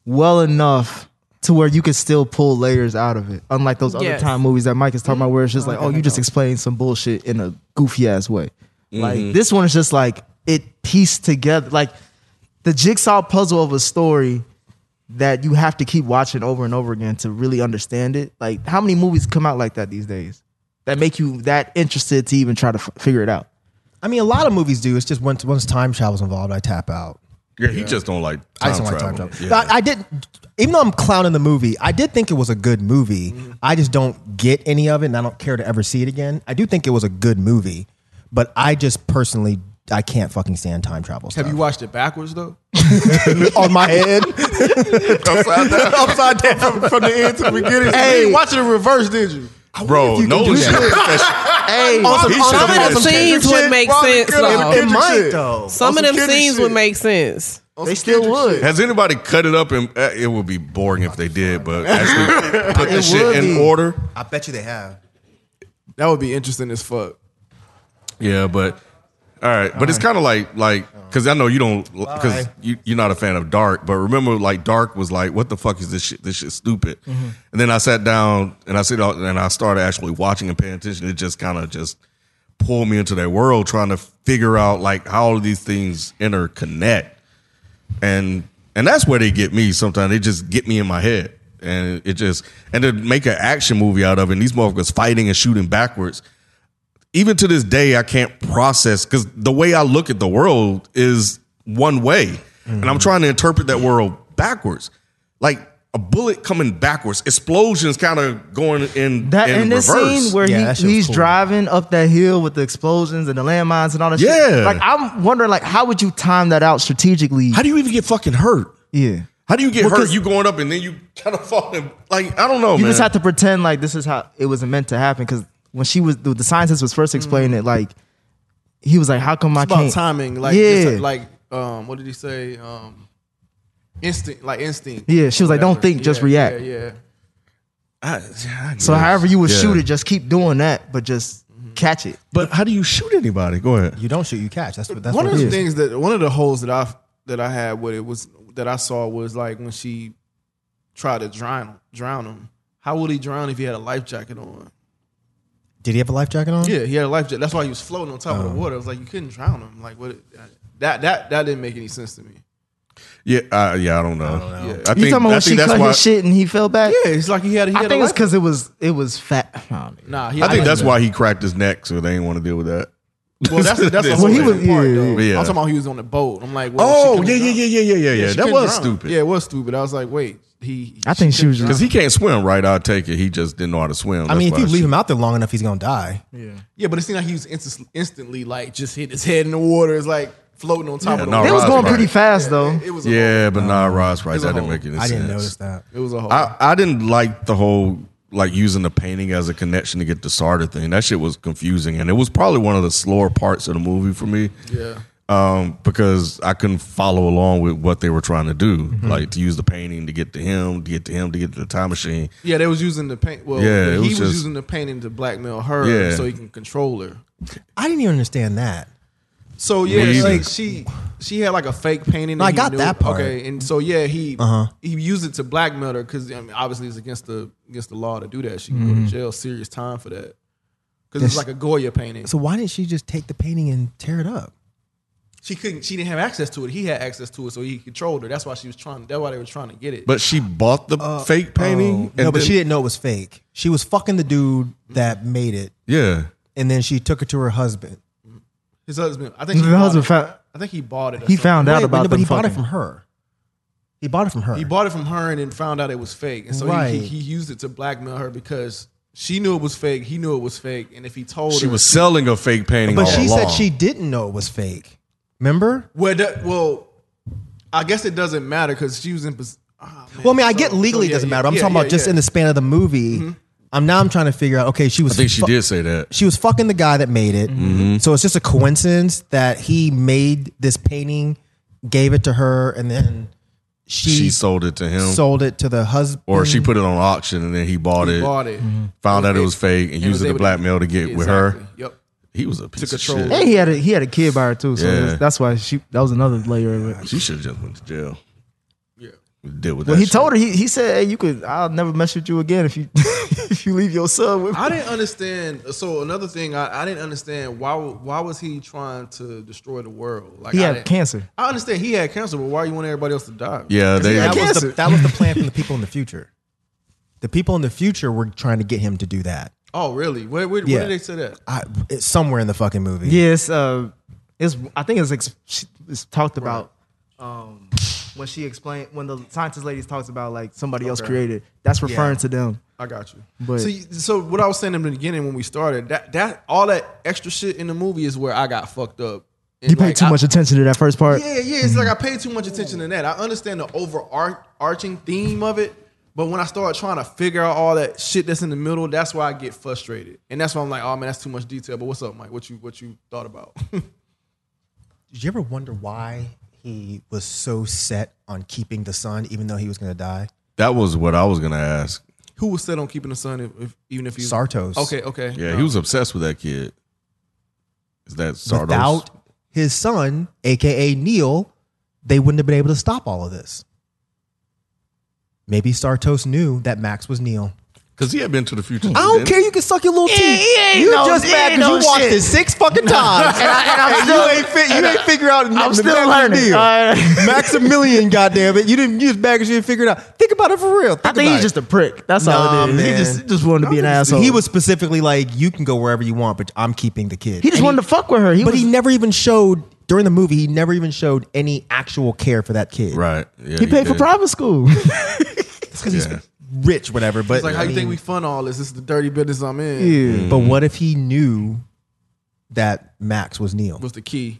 well enough to where you could still pull layers out of it. Unlike those other
Yes.
time movies that Mike is talking about where it's just like, oh, you just explained some bullshit in a goofy ass way. Like this one is just like it pieced together like the jigsaw puzzle of a story that you have to keep watching over and over again to really understand it. Like how many movies come out like that these days that make you that interested to even try to f- figure it out?
I mean, a lot of movies do. It's just once once time travel's involved, I tap out.
yeah. He just don't like time
I just don't
travel.
like time travel.
Yeah.
I, I did, even though I'm clowning the movie, I did think it was a good movie. I just don't get any of it, and I don't care to ever see it again. I do think it was a good movie, but I just personally, I can't fucking stand time travel.
Have
stuff.
you watched it backwards though?
on my head?
Upside down, upside down from, from the end to the beginning.
Hey.
you didn't watch it in reverse, did you?
bro, Nolan should
Hey,
some- on
some of
Some
them
of that
scenes would make sense. though.
It might
though.
Some of them scenes would
shit.
make sense.
they still would.
Has anybody cut it up? And uh, it would be boring if they did, but actually put the
It
shit
would
in
be.
order.
I bet you they have.
That would be interesting as fuck.
Yeah, but all right, but it's kind of like like because I know you don't because you you're not a fan of Dark, but remember like Dark was like, what the fuck is this shit? This shit's stupid.
Mm-hmm.
And then I sat down and I sit down and I started actually watching and paying attention. It just kind of just pulled me into that world, trying to figure out like how all of these things interconnect, and and that's where they get me. Sometimes they just get me in my head. And it just and to make an action movie out of it, and these motherfuckers fighting and shooting backwards even to this day, I can't process because the way I look at the world is one way, and I'm trying to interpret that world backwards, like a bullet coming backwards, explosions kind of going in
That
in
in this
reverse.
scene where
Yeah,
he-
that shit was
he's
cool.
driving up that hill with the explosions and the landmines and all that
Yeah.
shit. Like I'm wondering like how would you time that out strategically?
How do you even get fucking hurt?
yeah.
How do you get
Well,
hurt?
'cause-
You going up and then you kind of falling. Like I don't know,
You
Oh, man.
just have to pretend like this is how it was meant to happen cuz when she was the, the scientist was first explaining it like he was like how come I
It's about
can't
timing, like
yeah.
just like um, what did he say? Um, instinct, like instinct.
yeah, she was like don't
Whatever.
think, just
Yeah,
react.
Yeah, yeah.
I- I
So
guess.
however you would
Yeah.
shoot it, just keep doing that but just catch it.
but how do you shoot anybody? Go ahead.
You don't shoot, you catch. That's what that's
one
what
of
it
the
is.
things that one of the holes that I that I had with it was that I saw was like when she tried to drown drown him. How would he drown if he had a life jacket on?
Did he have a life jacket on?
Yeah, he had a life jacket. That's why he was floating on top of
Oh.
the water. I was like, you couldn't drown him. Like what? That that that didn't make any sense to me.
Yeah, uh, yeah. I don't know. Yeah. I
You
think,
talking about
I
when she
think that's
cut
why.
his shit and he fell back?
Yeah, it's like he had. He
I
had
think
a
it's
life-
cuz it was it was fat. I don't know.
Nah, he
I
had
think
a life
that's why he cracked his neck, so they didn't want to deal with that.
Well, that's that's the
Well,
whole
he was-
different part,
yeah,
though.
yeah.
I'm talking about he was on the boat. I'm like, well, she
Oh
could've
yeah, yeah,
drowned.
yeah, yeah, yeah, yeah, yeah.
she
That
could've
was
drowned.
stupid.
Yeah, it was stupid. I was like, wait, he.
I think she was
Because he can't swim, right? I'll take it. He just didn't know how to swim.
I mean, if
That's
you
why
leave
she-
him out there long enough, he's gonna die.
Yeah, but it seemed like he was instant, instantly like just hit his head in the water. It's like floating on top
Yeah,
of the
no,
They
water.
was
Rod's
going
right.
pretty fast though.
It was. A yeah,
Yeah, but nah, Rod's right.
It's a
That didn't
hole.
make any sense.
I didn't notice that.
it was a whole.
I, I didn't like the whole like using the painting as a connection to get the Sarda thing. That shit was confusing, and it was probably one of the slower parts of the movie for me.
Yeah.
um, because I couldn't follow along with what they were trying to do, like to use the painting to get to him, to get to him, to get to the time machine.
yeah, they was using the paint. Well,
Yeah, it
he
was
was,
just-
using the painting to blackmail her
Yeah.
so he can control her.
I didn't even understand that.
So yeah,
Me
it's
either.
like she she had like a fake painting.
No,
that
I
he
got
knew-
that part. Uh-huh.
Okay, and so yeah, he he used it to blackmail her because I mean, obviously it's against the against the law to do that. She can go to jail, serious time for that. Because it's like a Goya painting.
So why didn't she just take the painting and tear it up?
She couldn't. She didn't have access to it. He had access to it, so he controlled her. That's why she was trying. That's why they were trying to get it.
But she bought the fake painting.
Uh, oh. no, but
then-
she didn't know it was fake. She was fucking the dude that made it,
Yeah,
and then she took it to her husband.
his husband, I think
The
he bought
husband
it.
found
I think he bought it. or
he
something.
found out
Wait,
about
but, but
them
he bought it
fucking-
from her. He bought it from her.
He bought it from her and then found out it was fake, and so he,
Right.
he, he used it to blackmail her because she knew it was fake. He knew it was fake, and if he told
she
her,
was selling a fake painting.
but
all
she
along.
said she didn't know it was fake. Remember?
Well, that, well, I guess it doesn't matter because she was in. pos- Ah, man.
Well, I mean, I get
So-
legally
so,
it doesn't
yeah,
matter. I'm
yeah,
talking
yeah,
about just
yeah.
in the span of the movie. I'm now I'm trying to figure out. Okay, she was.
I think she
fu-
did say that.
She was fucking the guy that made it. So it's just a coincidence that he made this painting, gave it to her, and then she,
She sold it to him,
sold it to the husband.
or she put it on auction, and then he bought
He
it.
bought it.
Found out it was fake, and,
And
used
was
it to
able
blackmail to get with
Exactly.
her.
Yep.
He was a piece of
control.
shit.
And he had a he had a kid by her too, so
Yeah.
that's, that's why she that was another layer of it.
She should have just went to jail.
Yeah.
Deal with
Well,
that.
he
shit.
told her he, he said, "Hey, you could. I'll never mess with you again if you if you leave your son with." me."
I didn't understand. So another thing, I, I didn't understand why. Why was he trying to destroy the world? Like
He
I
had
didn't-
cancer.
I understand he had cancer, but why you want everybody else to die?
Yeah, they.
that, was the,
cancer.
that was the plan from the people in the future. The people in the future were trying to get him to do that.
Oh, really? Where, where,
Yeah.
where did they say that?
I, it's somewhere in the fucking movie.
Yeah, it's uh, it's I think it's ex- she- it's talked about um when she explained when the scientist ladies talks about like somebody else created. That's referring to them.
I got you.
But-
so, you- so what I was saying in the beginning when we started that that all that extra shit in the movie is where I got fucked up. And
You paid
like,
too
I-
much attention to that first part.
Yeah, yeah. It's like I paid too much attention to that. I understand the overarching theme of it, but when I start trying to figure out all that shit that's in the middle, that's why I get frustrated, and that's why I'm like, oh man, that's too much detail. But what's up, Mike? What you what you thought about?
Did you ever wonder why he was so set on keeping the son, even though he was going to die?
That was what I was gonna ask.
Who was set on keeping the sun, if, if, even if he
Sartos.
Okay, okay.
Yeah, he was obsessed with that kid. Is that Sardos?
Without his son, aka Neil, they wouldn't have been able to stop all of this. Maybe Sartos knew that Max was Neil.
Because he had been to the future.
I don't care. You can suck your little teeth. You
no-
just
he
mad
ain't
because
no
you watched
shit.
it six fucking times, and,
I'm still-
you ain't fi- you ain't figure out.
I'm
the
still
Max
learning.
Neil.
Alright.
Maximilian, goddamn it! You didn't you just mad because you didn't figure it out. Think about it for real.
I think
about
he's
it.
just a prick. That's all
Nah,
it is.
man.
He just he just wanted to be an asshole.
He was specifically like, you can go wherever you want, but I'm keeping the kid.
he just
And
wanted to fuck with her. He
but
was,
he never even showed during the movie. He never even showed any actual care for that kid.
Right. Yeah,
he paid for
did.
private school.
It's because
Yeah.
he's rich, whatever. But
It's like, how you think we fund all this? This is the dirty business I'm in.
yeah.
But what if he knew that Max was Neil?
Was the key?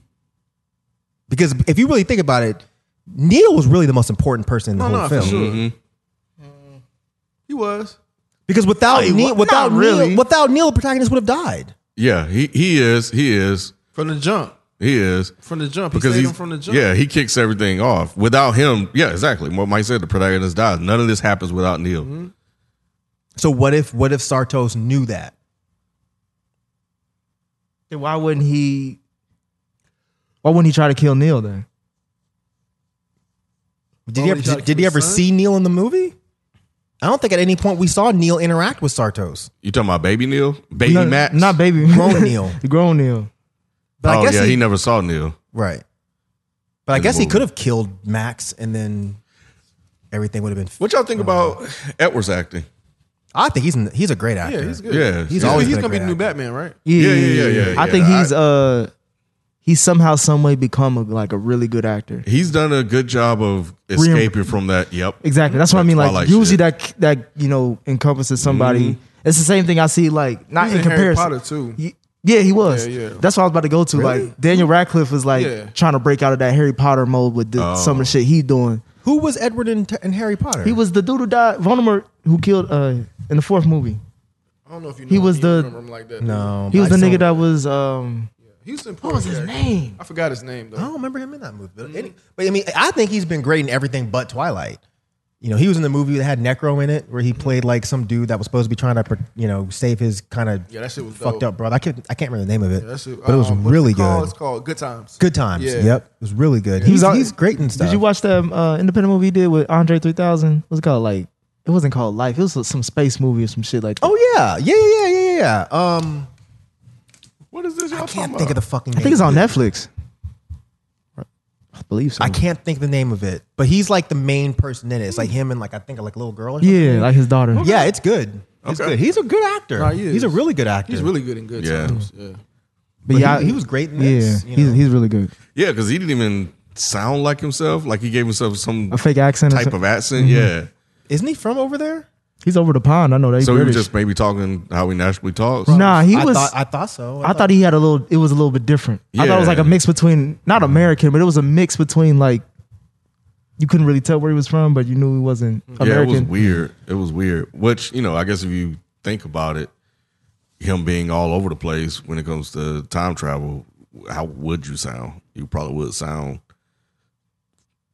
Because if you really think about it, Neil was really the most important person in the
No, no,
whole film.
for sure.
Mm-hmm.
Mm-hmm. He was.
Because without Neil,
what?
without
Not
Neil,
really.
without Neil, the protagonist would have died.
Yeah, he, he is. He is.
From the jump.
He is.
From the jump. He
Because
saved
he's
him from the jump.
yeah, he kicks everything off. Without him, yeah, exactly. What Mike said, the protagonist dies. None of this happens without Neil.
Mm-hmm.
So what if what if Sartos knew that?
Then why wouldn't he? Why wouldn't he try to kill Neil then?
Did
Why would
he
Oh,
ever
he try to
did, did
keep
he
his
ever
son?
see Neil in the movie? I don't think at any point we saw Neil interact with Sartos.
You talking about baby Neil? Baby
No,
Max?
not baby
Grown Neil.
grown Neil.
But
oh,
I guess
yeah, he,
he,
never saw Neil.
right. But I
In the
guess he
movie.
could have killed Max, and then everything would have been.
What y'all think about Edwards acting?
I think he's an, he's a great actor.
Yeah, he's good.
Yeah.
He's
yeah.
always
he's
been a
gonna be the
great
new
actor.
Batman, right?
Yeah,
yeah, yeah, yeah,
I
yeah.
think he's uh he's somehow, some way become a, like a really good actor.
He's done a good job of escaping from that. Yep.
Exactly. That's what I
That
mean. Like
Twilight
usually
shit.
that that you know encompasses somebody. It's the same thing I see. Like not
He's
in
in Harry
comparison.
Potter, too.
Y- Yeah, he was.
Yeah, yeah.
That's what I was about to go to. Like Daniel Radcliffe was like
Yeah.
trying to break out of that Harry Potter mode with the, some of the shit he doing.
Who was Edward in, in Harry Potter?
He was the dude who died, Voldemort, who killed uh, in the fourth movie.
I don't know if you know
He was
him, you
the-
remember him like that.
no.
He was
Um, I
the nigga
don't-
that was. um
He was important.
What was his
actually.
name?
I forgot his name though.
I don't remember him in that movie.
Mm-hmm.
But, any- but I mean, I think he's been great in everything but Twilight. You know, he was in the movie that had Necro in it, where
Mm-hmm.
he played like some dude that was supposed to be trying to, pr- you know, save his kind of
Yeah, that shit was
fucked
dope.
up brother. I can't, I can't remember the name of it,
That shit-
but it was
um, what's
really
it called?
good.
It's called Good Times.
Good times.
Yeah.
Yep, it was really good.
He was
He's,
out-
he's great and stuff.
Did you watch that uh, independent movie he did with Andre 3000? What's it called? Like it wasn't called Life. It was some space movie or some shit like. that.
Oh yeah, yeah, yeah, yeah, yeah, yeah. Um,
What is this? Y'all
I can't
talking
think of
about?
the fucking. Name
I think it's on Netflix. I believe so.
I can't think of the name of it, but he's like the main person in it. It's like him and like I think like a little girl. Or something.
Yeah, like his daughter.
yeah, it's good. It's
Okay.
good. He's a good actor.
Nah, he
He's a
is.
really good actor.
He's really good in Good
Yeah.
Times. Yeah.
but
he-
yeah,
he was great in
yeah,
this, you
he's,
know.
he's really good.
Yeah, because he didn't even sound like himself. Like he gave himself some
A fake accent. or
type
some-
of accent. Yeah.
Isn't he from over there?
He's over the pond. I know that. He's
So he was
British.
just maybe talking how he naturally talks.
nah, he
I
was.
Thought,
I,
I thought so.
thought, he had a little. It was a little bit different. I thought it was like a
Yeah.
mix between not American, but it was a mix between like you couldn't really tell where he was from, but you knew he wasn't
Yeah, it
American.
was weird. It was weird. Which, you know, I guess if you think about it, him being all over the place when it comes to time travel, how would you sound? You probably would sound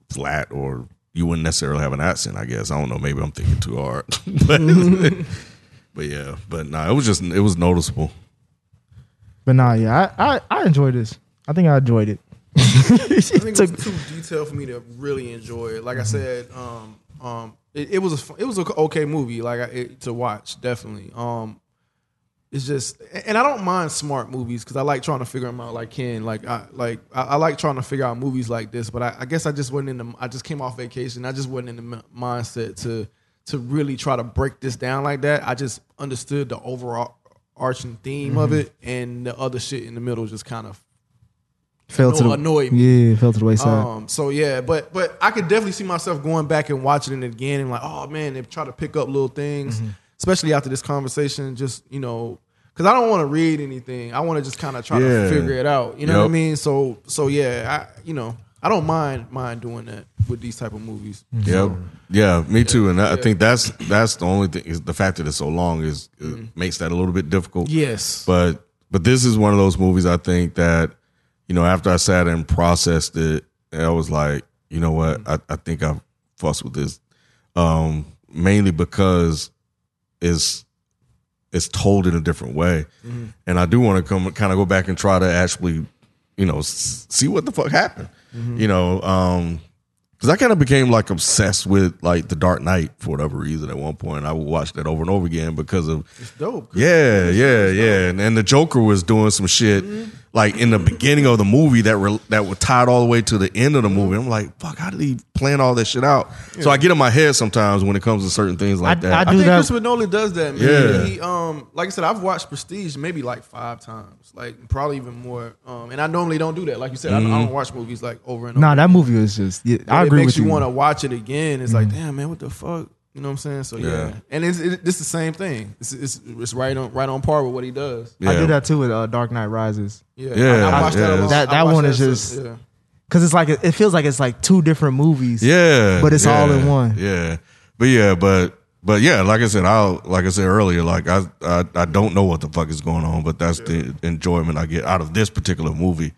flat or you wouldn't necessarily have an accent, I guess. I don't know. Maybe I'm thinking too hard. but, but yeah, but no, it was just, it was noticeable.
But nah, yeah, I, I I enjoyed this. I think I enjoyed it.
I think it was too detailed for me to really enjoy it. Like I said, um, um, it, it was a fu- it was a okay movie. Like I, it, to watch, definitely. Um, it's just, and I don't mind smart movies because I like trying to figure them out. Like Ken, like I like I, I like trying to figure out movies like this. But I, I guess I just wasn't in the. I just came off vacation. I just wasn't in the m- mindset to to really try to break this down like that. I just understood the overall arching theme of it, and the other shit in the middle just kind of
fell to the
annoyed me.
yeah, fell to the wayside.
um, so yeah, but but I could definitely see myself going back and watching it again and like, oh man, they try to pick up little things, especially after this conversation. Just you know, because I don't want to read anything. I want to just kind of try
Yeah.
to figure it out. You know what
Yep.
I mean? So so yeah, I you know I don't mind mind doing that with these type of movies.
Yep. Yeah, me too. And I I think that's that's the only thing is the fact that it's so long is it makes that a little bit difficult.
Yes.
But but this is one of those movies I think that, you know, after I sat and processed it, I was like, you know what, I, I think I fussed with this. Um, mainly because it's it's told in a different way. And I do want to come kind of go back and try to actually, you know, s- see what the fuck happened.
Mm-hmm.
You know, um, because I kind of became like obsessed with like the Dark Knight for whatever reason. At one point, I would watch that over and over again because of
Dope.
yeah, yeah, yeah. And, and the Joker was doing some shit
Mm-hmm.
like in the beginning of the movie that were that were tied all the way to the end of the movie.
Mm-hmm.
I'm like, fuck, how did he plan all that shit out? So I get in my head sometimes when it comes to certain things like
I-
that.
I
I
do
think
that-
Christopher Nolan does that. Man.
Yeah.
He, um, like I said, I've watched Prestige maybe like five times, like probably even more. Um, and I normally don't do that. Like you said, I, don't, I don't watch movies like over and over.
nah, that movie was just. Yeah, I
it
agree
makes
with you.
you want to watch it again. It's like, damn man, what the fuck? You know what I'm saying? So yeah,
Mm-hmm. Yeah.
and it's it, it's the same thing. It's, it's it's right on right on par with what he does.
I
Yeah.
did that too with uh, Dark Knight Rises
Yeah,
Yeah,
I, I watched
yeah.
that. A lot.
That-
I
that
watched
one is
since-
just-
yeah.
because it's like it it feels like it's like two different movies.
Yeah.
But it's all
yeah,
in one.
Yeah. But yeah, but but yeah, like I said, I'll like I said earlier, like I I, I don't know what the fuck is going on, but that's the enjoyment I get out of this particular movie.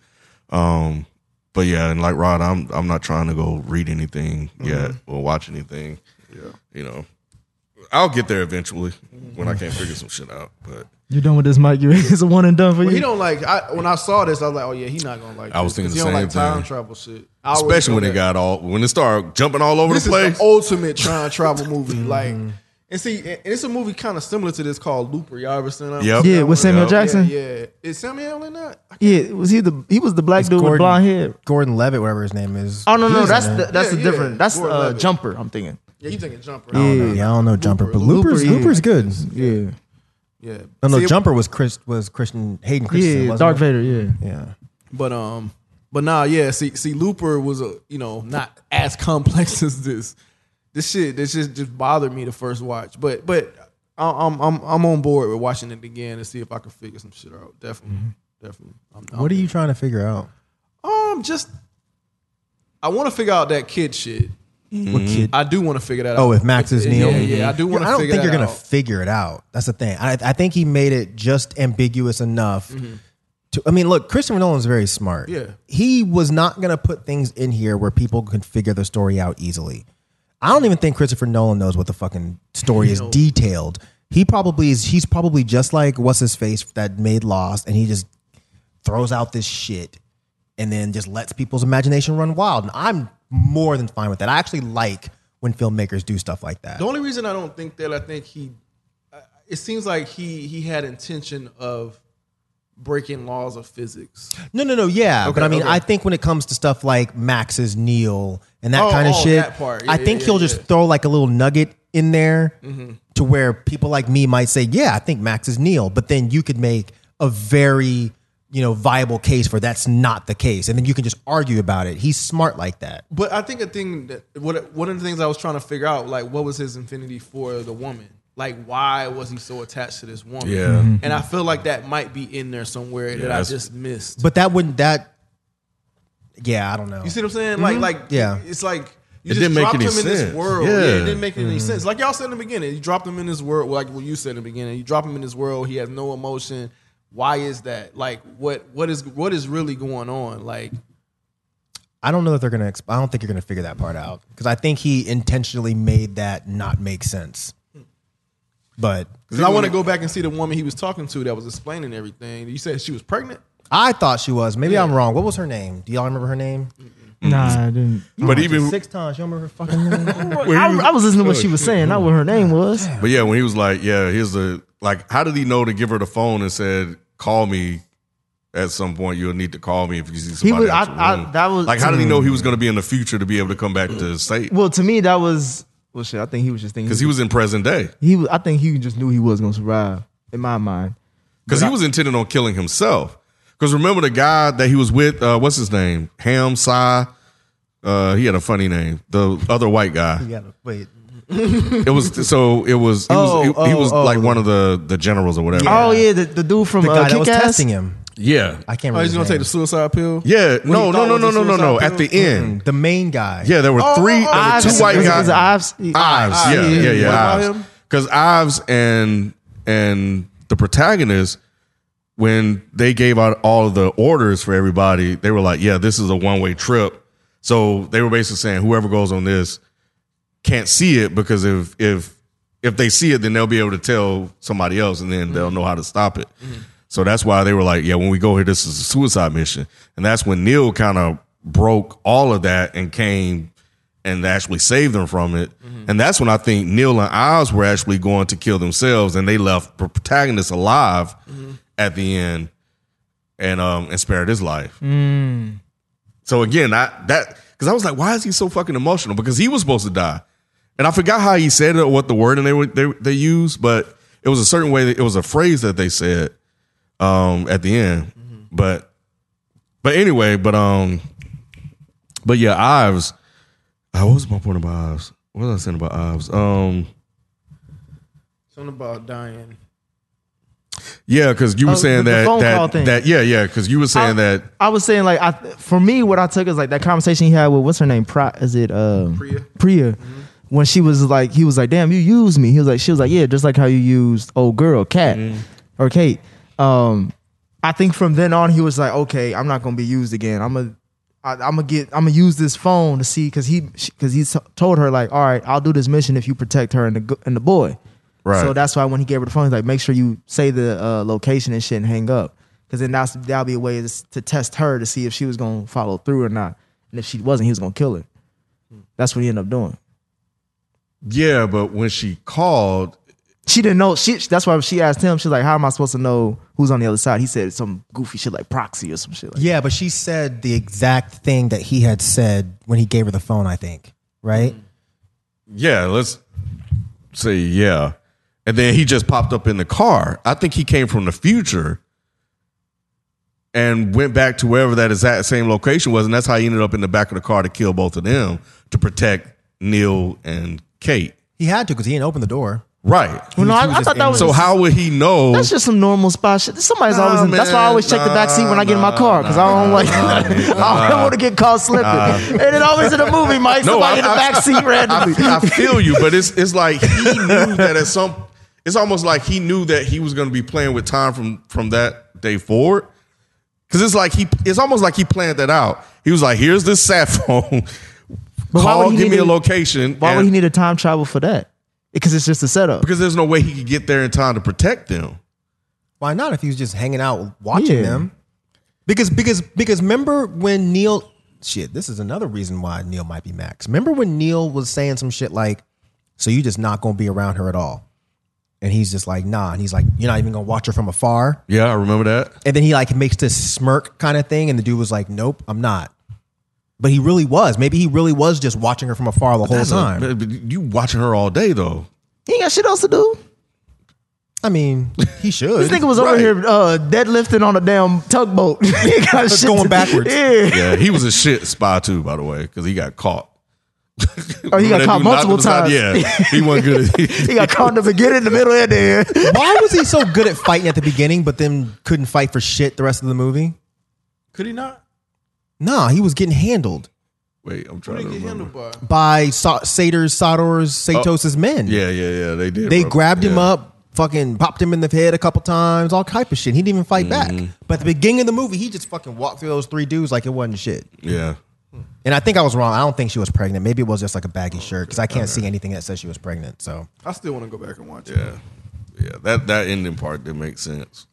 Um but yeah, and like Rod, I'm I'm not trying to go read anything
Mm-hmm.
yet or watch anything. Yeah. You know. I'll get there eventually when I can't figure some shit out. But
You done with this, Mike? You it's a one and done for
But
you.
he don't like. I, when I saw this, I was like, oh yeah, he's not gonna like.
I was
this, 'cause
thinking the
he don't
same
like time
thing.
travel shit. I already
especially
know
when it
that.
got all when it started jumping all over
this
the
is
place. Mm-hmm.
the ultimate time travel movie. Like, and see, and it's a movie kind of similar to this called Looper. Y'all ever seen that?
Yep.
yeah, with Samuel
Yeah,
Jackson. Yeah,
Yeah, yeah. Is Samuel in that? I can't-
was he the he was the black dude with blonde hair?
Gordon Levitt, whatever his name is.
Oh no,
He
no,
was
that's
in
the,
it.
that's
Yeah,
the
yeah.
different. That's
Gordon
uh,
Levitt.
jumper. I'm thinking.
Yeah, you thinking Jumper?
Yeah, I don't know Jumper, but
Looper,
Looper's
yeah.
Looper's good.
Yeah,
Yeah.
No, no,
See, it-
Jumper was Chris was Christian Hayden Christensen.
yeah,
wasn't
Dark
it?
Vader. Yeah,
Yeah,
But um, but nah, yeah. See, see, Looper was a you know not as complex as this. This shit, this just just bothered me the first watch. But but I- I'm I'm I'm on board with watching it again and see if I can figure some shit out. Definitely, definitely. I'm, I'm
Mm-hmm. What are you trying to figure out?
Um, just I want to figure out that kid shit.
What kid?
I do want to figure that out.
Oh, with Max's Neil.
Yeah, yeah. I do want to.
I don't think
that
you're gonna
out.
figure it out. That's the thing. I, I think he made it just ambiguous enough. To I mean, look, Christopher Nolan's very smart.
Mm-hmm. Yeah.
he was not gonna put things in here where people can figure the story out easily. I don't even think Christopher Nolan knows what the fucking story is detailed. He probably is. He's probably just like what's his face that made Lost, and he just throws out this shit and then just lets people's imagination run wild. And I'm more than fine with that. I actually like when filmmakers do stuff like that.
The only reason I don't think that I think he, I- it seems like he he had intention of breaking laws of physics.
No, no, no. Yeah, but
Okay,
I mean,
okay.
I think when it comes to stuff like Max's Neil and that
Oh,
kind of
oh,
shit,
that part.
I
Yeah,
think
yeah,
he'll
yeah,
just
yeah. Mm-hmm.
throw like a little nugget in there to where people like me might say, "Yeah, I think Max is Neil," but then you could make a very you know viable case for that's not the case, and then you can just argue about it. He's smart like that.
But I think a thing that what one of the things I was trying to figure out, like what was his infinity for the woman? Like why was he so attached to this woman?
Yeah.
Mm-hmm.
Mhm.
And I feel like that might be in there somewhere that I
that's-
just missed.
But that wouldn't that. Yeah, I don't know.
You see what I'm saying? Like, like,
Mm-hmm. Yeah.
it's like you
It
just
didn't make
dropped
any
him in this
sense.
world. Yeah.
Yeah.
it didn't make
Mm-hmm.
any sense. Like y'all said in the beginning, you dropped him in this world. Like what you said in the beginning, you drop him in this world. He has no emotion. Why is that? Like, what, what is, what is really going on? Like,
I don't know that they're gonna. Exp- I don't think you're gonna figure that part out because I think he intentionally made that not make sense. But
'cause I want to go back and see the woman he was talking to that was explaining everything. You said she was pregnant.
I thought she was. Maybe I'm wrong. What was her name? Do y'all remember her name?
Nah, I didn't.
But even
Six times. You don't remember her fucking name?
I, I was listening to what she was saying, not what her name was.
But yeah, when he was like, "Yeah, here's the like," how did he know to give her the phone and said, "Call me at some point. You'll need to call me if you see somebody."
was-
at your
I- I-
room."
that was- Hmm.
like, how did he know he was going to be in the future to be able to come back to state?
Well, to me, that was well, shit. I think he was just thinking
Because he was in present day.
He was. I think he just knew he was gonna survive. In my mind,
Because he was intending on killing himself. Because remember the guy that he was with, uh, what's his name? Ham Sai. Uh, he had a funny name. The other white guy.
yeah, wait.
It was so. It was. He was,
Oh,
he, he was
oh, oh.
like one of the the generals or whatever.
Oh yeah, the, the dude from
The guy
uh,
that was
Kick-Ass?
testing him.
yeah.
I can't
Oh,
remember.
he's gonna
his
take the
name.
suicide pill.
Yeah.
When he
No. No.
thought
No.
was
No.
a
No. No. No.
suicide
At the
pill?
end.
The main guy.
Yeah, there were
Oh,
three,
oh,
there were
Ives.
two white
Was it-
guys.
was it Ives? Yeah.
Ives,
Ives,
yeah,
yeah.
yeah,
What
yeah.
about
Ives.
him?
Because Ives and and the protagonist, when they gave out all the orders for everybody, they were like, "Yeah, this is a one way trip." So they were basically saying, whoever goes on this can't see it because if if if they see it, then they'll be able to tell somebody else, and then
Mm-hmm.
they'll know how to stop it. So that's why they were like, "Yeah, when we go here, this is a suicide mission," and that's when Neil kind of broke all of that and came and actually saved them from it. And that's when I think Neil and Oz were actually going to kill themselves, and they left the protagonist alive at the end and um and spared his life. So again, I that because I was like, why is he so fucking emotional? Because he was supposed to die, and I forgot how he said it or what the word and they were they they used, but it was a certain way. That, it was a phrase that they said um at the end, but but anyway, but um, but yeah, Ives. Uh, what was my point about Ives? What was I saying about Ives? Um,
Something about dying.
yeah, because you were
Oh,
saying
the- the
that
phone
that
call thing.
that yeah yeah because you were saying that
I was saying like I for me what I took is like that conversation he had with what's her name Pri, is it um,
Priya.
Priya when she was like he was like damn you used me he was like she was like yeah just like how you used old girl Cat or Kate um I think from then on he was like okay I'm not gonna be used again I'm a I, I'm gonna get I'm gonna use this phone to see because he because he t- told her like all right I'll do this mission if you protect her and the g- and the boy
Right.
so that's why when he gave her the phone, he's like, make sure you say the uh, location and shit and hang up. Cause then that's that'll be a way to, to test her to see if she was gonna follow through or not. And if she wasn't, he was gonna kill her. That's what he ended up doing.
yeah, but when she called,
She didn't know. She that's why she asked him. She's like, "How am I supposed to know who's on the other side?" He said some goofy shit like proxy or some shit. Like,
Yeah, but she said the exact thing that he had said when he gave her the phone. I think. Right.
yeah, let's say yeah, and then he just popped up in the car. I think he came from the future and went back to wherever that exact same location was, and that's how he ended up in the back of the car to kill both of them to protect Neil and Kate.
He had to because he didn't open the door.
Right.
Well, no,
He was
I, I
just
thought that
in-
was
So how would he know?
That's just some normal spot shit. Somebody's
Nah,
always. In, that's why I always check the back seat when I get in my
man,
car because I don't like. I don't want to get caught slipping. and it always in a movie, Mike. somebody in the back seat randomly.
I, I feel you, but it's it's like he knew that at some. It's almost like he knew that he was going to be playing with time from from that day forward. Because it's like he. It's almost like he planned that out. He was like, "Here's this sat phone.
why would
Call,
he
give
need
me a
to-
location."
why would
and-
he need a time travel for that? Because it's just a setup.
Because there's no way he could get there in time to protect them.
Why not? If he was just hanging out watching
Yeah.
them, because because because remember when Neil shit. This is another reason why Neil might be Max. Remember when Neil was saying some shit like, "So you just not gonna be around her at all," and he's just like, "Nah," and he's like, "You're not even gonna watch her from afar."
Yeah, I remember that.
And then he like makes this smirk kind of thing, and the dude was like, "Nope, I'm not." But he really was. Maybe he really was just watching her from afar the whole
That's a-
time.
but- but you watching her all day though.
He ain't got shit else to do.
I mean, he should.
This nigga was over
Right.
here uh, deadlifting on a damn tugboat. he ain't got shit
going
to-
backwards.
Yeah.
Yeah, he was a shit spy too, by the way, because he got caught.
Oh, he got
Remember that
caught
dude knocked
multiple
him aside?
times.
Yeah, he wasn't good.
He got caught in the beginning, the middle, and the end.
Why was he so good at fighting at the beginning, but then couldn't fight for shit the rest of the movie?
Could he not?
Nah, he was getting handled
Wait, I'm
What
trying
did
to
he get
remember.
handled by?
by Sa- Sator's, Sador's, Satos's men.
Yeah, yeah, yeah. They did.
They
bro.
grabbed him
Yeah.
up, fucking popped him in the head a couple times, all type of shit. He didn't even fight back. But at the beginning of the movie, he just fucking walked through those three dudes like it wasn't shit.
Yeah.
And I think I was wrong. I don't think she was pregnant. Maybe it was just like a baggy shirt because I can't see anything that says she was pregnant. So
I still want to go back and watch it.
Yeah. Yeah. That that ending part didn't make sense.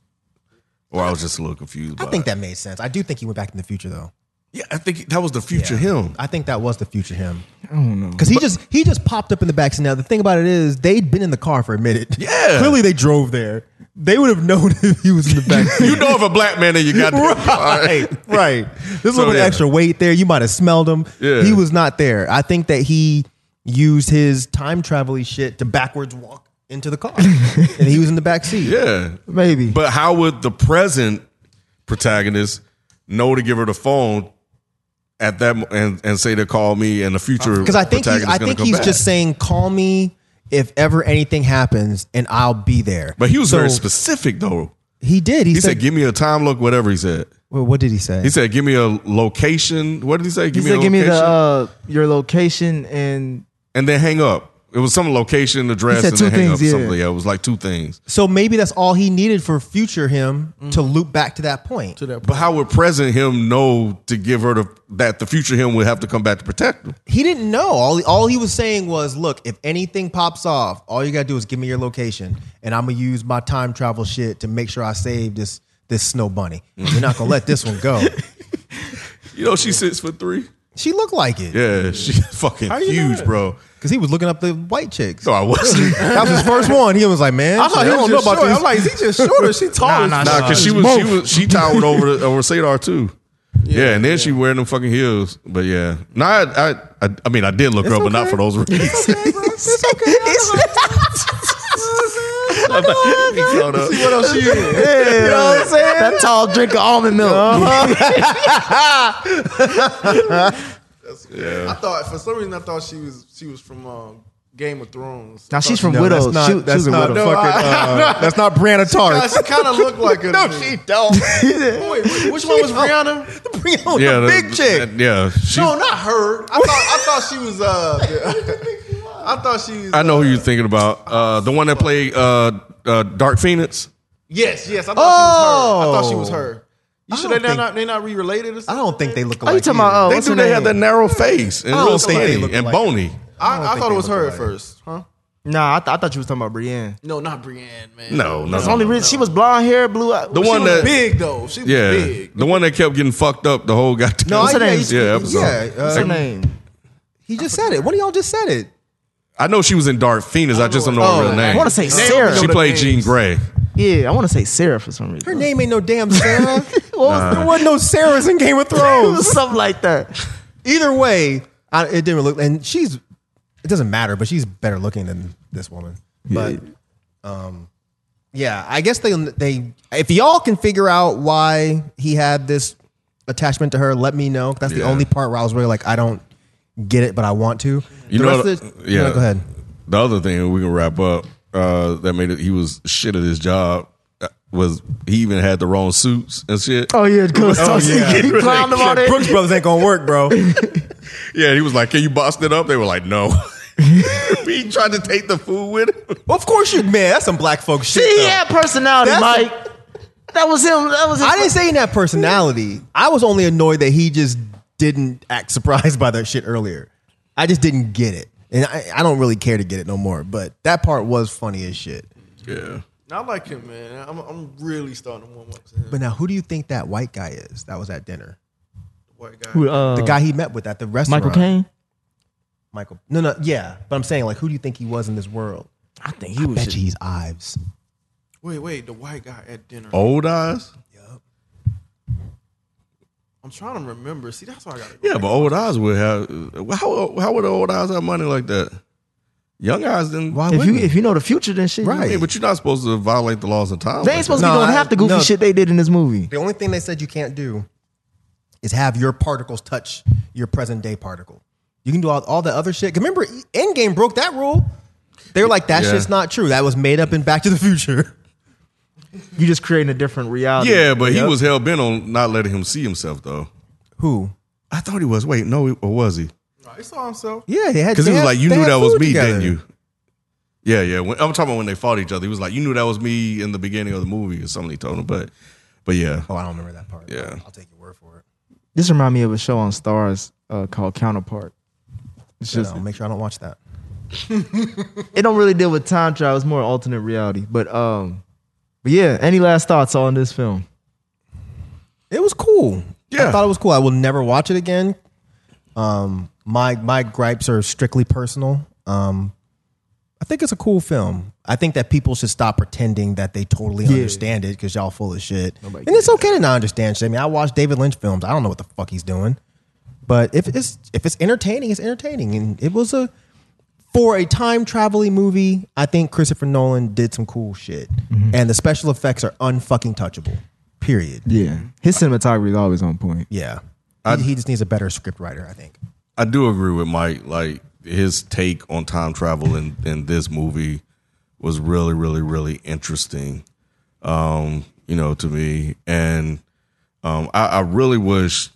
Or I was just a little confused.
I
by
think
it.
that made sense. I do think he went back in the future though.
Yeah, I think that was the future him.
I think that was the future him. I don't know because he just he just popped up in the back. seat. Now the thing about it is they'd been in the car for a minute.
Yeah.
clearly they drove there. They would have known if he was in the back.
You know of a black man and you got
right, right. There's a little
So,
bit
yeah.
of extra weight there. You might have smelled him.
Yeah.
He was not there. I think that he used his time travel shit to backwards walk into the car, and he was in the back seat.
Yeah.
Maybe.
But how would the present protagonist know to give her the phone at that mo- and and say to call me and the future?
because Uh, I think he's, I think he's just saying, "Call me if ever anything happens, and I'll be there."
But he was
So,
very specific though.
He did. He,
He
said,
said, "Give me a time, look, whatever." He said.
well, "What did he say?"
He said, "Give me a location." What did he say?
He
Give
said,
a
"Give me the
location."
uh, your location and
and then hang up. It was some location, address,
said
and then
two
hang up.
things, yeah.
Something. Yeah, it was like two things.
so maybe that's all he needed for future him to loop back to that point.
But how would present him know to give her the that the future him would have to come back to protect him?
he didn't know. All all he was saying was, "Look, if anything pops off, all you gotta do is give me your location, and I'm gonna use my time travel shit to make sure I save this this snow bunny. You're not gonna let this one go."
You know, she sits for three.
She looked like it
Yeah, she's fucking
you know
huge,
that?
bro.
because he was looking up the white chicks.
No, I wasn't.
That was his first one. He was like, "Man,
I thought he was
I don't know
just
about
short.
this."
I'm like, is he just short or she tall? as
Nah, because she was she was she towered over the, over Sadar too. Yeah, and then she wearing them fucking heels. But yeah, no, I I I, I mean I did look her up, but not for those reasons. I'm like, he showed up.
What else she is?
you know what I'm saying? That tall drink of almond milk.
I thought for some reason I thought she was she was from um, Game of Thrones.
Now
I
she's
thought
from
No,
Widows.
that's not.
she, she
that's
was a
not
widow.
fucking. uh, that's not Brianna
she,
Tarth.
kind of looked like her.
No,
to me.
she don't.
Wait, wh- which one was Rihanna?
Bring on
Yeah,
the
that-
big chick.
that- yeah, she,
No, not her. I thought I thought she was. Uh, I thought she was.
I know who you're thinking about. Uh, the one that played uh, uh, Dark Phoenix.
Yes, yes. I thought she was her. I thought she was her. You
I
sure
don't
they
think-
not they not re-related or
I
something?
don't think they look
Oh,
alike.
you talking
either.
about? Uh,
They
what's
do.
her
They
name?
have that narrow face and
don't
real
think they
skinny
look
and
alike.
bony.
I, I,
don't think
thought
they
it was
look
her at
alike.
first, huh?
Nah, I, th- I thought you was talking about Brienne.
No, not Brienne, man.
No, no.
That's the only reason she was blonde hair, blue eyes.
the one
She was
that
big though. She was
yeah,
big.
the one that kept getting fucked up the whole goddamn.
No,
What's
I-
her
yeah,
name?
he's-
yeah, episode.
Yeah,
What's
uh,
her name?
He just said it. One of y'all just said it.
I know she was in Dark Phoenix. I, just don't know her real name.
I want to say Sarah.
she played Jean Grey.
yeah, I want to say Sarah for some reason.
Her name ain't no damn Sarah.
was
There wasn't no Sarahs in Game of Thrones.
something like that.
Either way, I, it didn't look. And she's, it doesn't matter, but she's better looking than this woman. But um, yeah, I guess they they if y'all can figure out why he had this attachment to her, let me know. That's the
Yeah.
only part where I was really like, I don't get it, but I want to.
You
the
know,
rest
the-
of the-
yeah.
no, go ahead.
The other thing we can wrap up uh, that made it, he was shit at his job uh, was he even had the wrong suits and shit.
Oh yeah, because he clowned him on it.
Brooks Brothers ain't gonna work, bro.
Yeah, he was like, "Can you bust it up?" They were like, "No." he tried to take the food with him.
of course you, man. That's some black folk shit.
See,
though.
he had personality,
That's-
Mike. that was him. That was. His
I didn't say he didn't have personality. I was only annoyed that he just didn't act surprised by that shit earlier. I just didn't get it. And I, I don't really care to get it no more. But that part was funny as shit.
Yeah,
I like him, man. I'm, I'm really starting to warm up to him.
But now, who do you think that white guy is that was at dinner?
White guy.
Uh,
The guy he met with at the restaurant.
Michael Caine.
Michael. No, no, yeah. But I'm saying, like, who do you think he was in this world?
I think he
I bet you he's Ives.
Wait, wait. The white guy at dinner.
old eyes.
I'm trying to remember. See, that's why I got to go.
Yeah, but old eyes would have. How how would old eyes have money like that? Young eyes didn't.
Why
If
wouldn't
you
he?
if you know the future, then shit. you-
Right.
Hey, but you're not supposed to violate the laws of time.
They
like
ain't supposed to
No,
be doing
I-
half the goofy
no.
shit they did in this movie.
The only thing they said you can't do is have your particles touch your present day particle. You can do all, all the other shit. 'Cause Remember, Endgame broke that rule. They were like, that
Yeah.
shit's not true. That was made up in Back to the Future.
You just creating a different
that.
reality.
yeah, but he was hell bent on not letting him see himself though.
Who?
I thought he was. Wait, no, he- or was he?
Nah, he saw himself.
Yeah, they had
Because
they
he was
had-
like, "You
they
knew
had
that was
food
me,
together.
didn't you?" Yeah, yeah. When, I'm talking about when they fought each other. He was like, "You knew that was me in the beginning of the movie," or something. He told him, but, but yeah,
Oh, I don't remember that part.
Yeah.
I'll take your word for it.
This remind me of a show on Stars uh, called Counterpart. It's
You
just
know, make sure I don't watch that.
it don't really deal with time travel. It's more alternate reality. But um, but yeah. Any last thoughts on this film?
It was cool. I
Yeah.
thought it was cool. I will never watch it again. Um, my my gripes are strictly personal. Um, I think it's a cool film. I think that people should stop pretending that they totally understand it because y'all full of shit. and it's okay to not understand shit. I mean, I watch David Lynch films. I don't know what the fuck he's doing, but if it's if it's entertaining, it's entertaining. And it was a for a time traveling movie. I think Christopher Nolan did some cool shit, and the special effects are unfucking touchable. Period.
Yeah, his cinematography is always on point.
Yeah. he, he just needs a better script writer, I think.
I do agree with Mike. Like his take on time travel in in this movie was really, really, really interesting. Um, you know, to me, and um, I, I really wish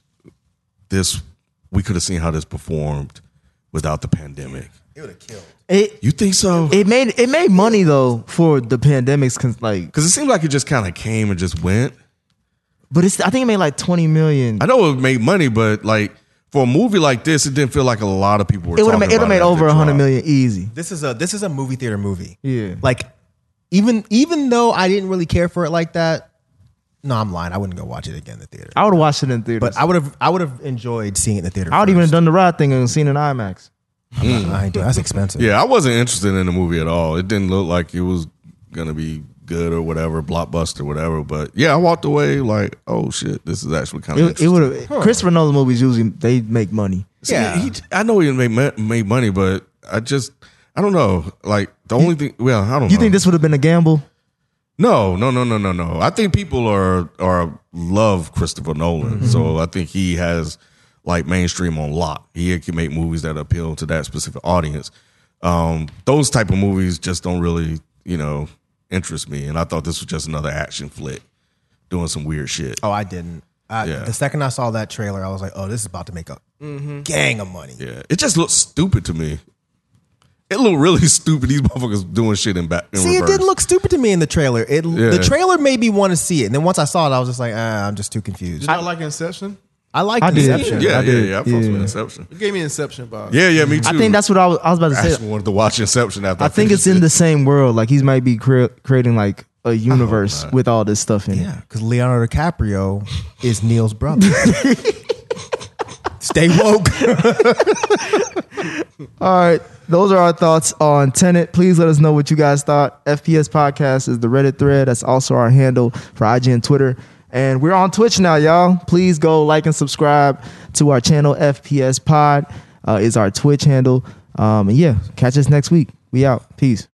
this we could have seen how this performed without the pandemic.
It
You think so?
it made it made money though for the pandemics. Cause like,
Because it seemed like it just kind of came and just went.
but it's I think it made like twenty million.
I know it made money, but like for a movie like this, it didn't feel like a lot of people were.
It would have
talking
made, it
about
made
as
over
it
hundred
dropped.
million easy.
This is a this is a movie theater movie.
Yeah.
Like even even though I didn't really care for it like that, no, I'm lying. I wouldn't go watch it again in the theater.
I would have watched it in theaters.
But I would have I would have enjoyed seeing it in the theater.
I would even have
first.
done the ride thing and seen it in IMAX.
I ain't do that's expensive.
Yeah, I wasn't interested in the movie at all. It didn't look like it was gonna be good or whatever, blockbuster, whatever. But yeah, I walked away like, oh shit, this is actually kind of.
It, it would have. Christopher Nolan movies usually they make money.
Yeah.
he, I know he made ma- made money, but I just. I don't know. Like the only thing, well, I don't.
You
know.
think this would have been a gamble?
No, no, no, no, no, no. I think people are are love Christopher Nolan, so I think he has like mainstream on lock. He can make movies that appeal to that specific audience. Um, those type of movies just don't really, you know, interest me. And I thought this was just another action flick doing some weird shit.
Oh, I didn't. I,
Yeah.
The second I saw that trailer, I was like, "Oh, this is about to make a gang of money."
Yeah, it just looked stupid to me. It looked really stupid. These motherfuckers doing shit in back. In
See,
reverse.
it didn't look stupid to me in the trailer. It
Yeah.
the trailer made me want to see it, and then once I saw it, I was just like, ah, "I'm just too confused."
Did y'all like Inception?
I like
I did.
Inception.
Yeah,
I
yeah,
did.
yeah. I fucked with
Yeah.
Inception.
It gave me Inception vibes.
Yeah, yeah, me too.
I think that's what I was, I was about to
I just
say.
wanted to watch Inception after.
I think it's
finished
in
it.
the same world. Like he might be cre- creating like a universe with all this stuff in it.
Yeah, because Leonardo DiCaprio is Neil's brother. Stay woke.
All right. Those are our thoughts on Tenet. Please let us know what you guys thought. FPS Podcast is the Reddit thread. That's also our handle for IG and Twitter. And we're on Twitch now, y'all. Please go like and subscribe to our channel. FPS Pod uh, is our Twitch handle. Um, and yeah, catch us next week. We out. Peace.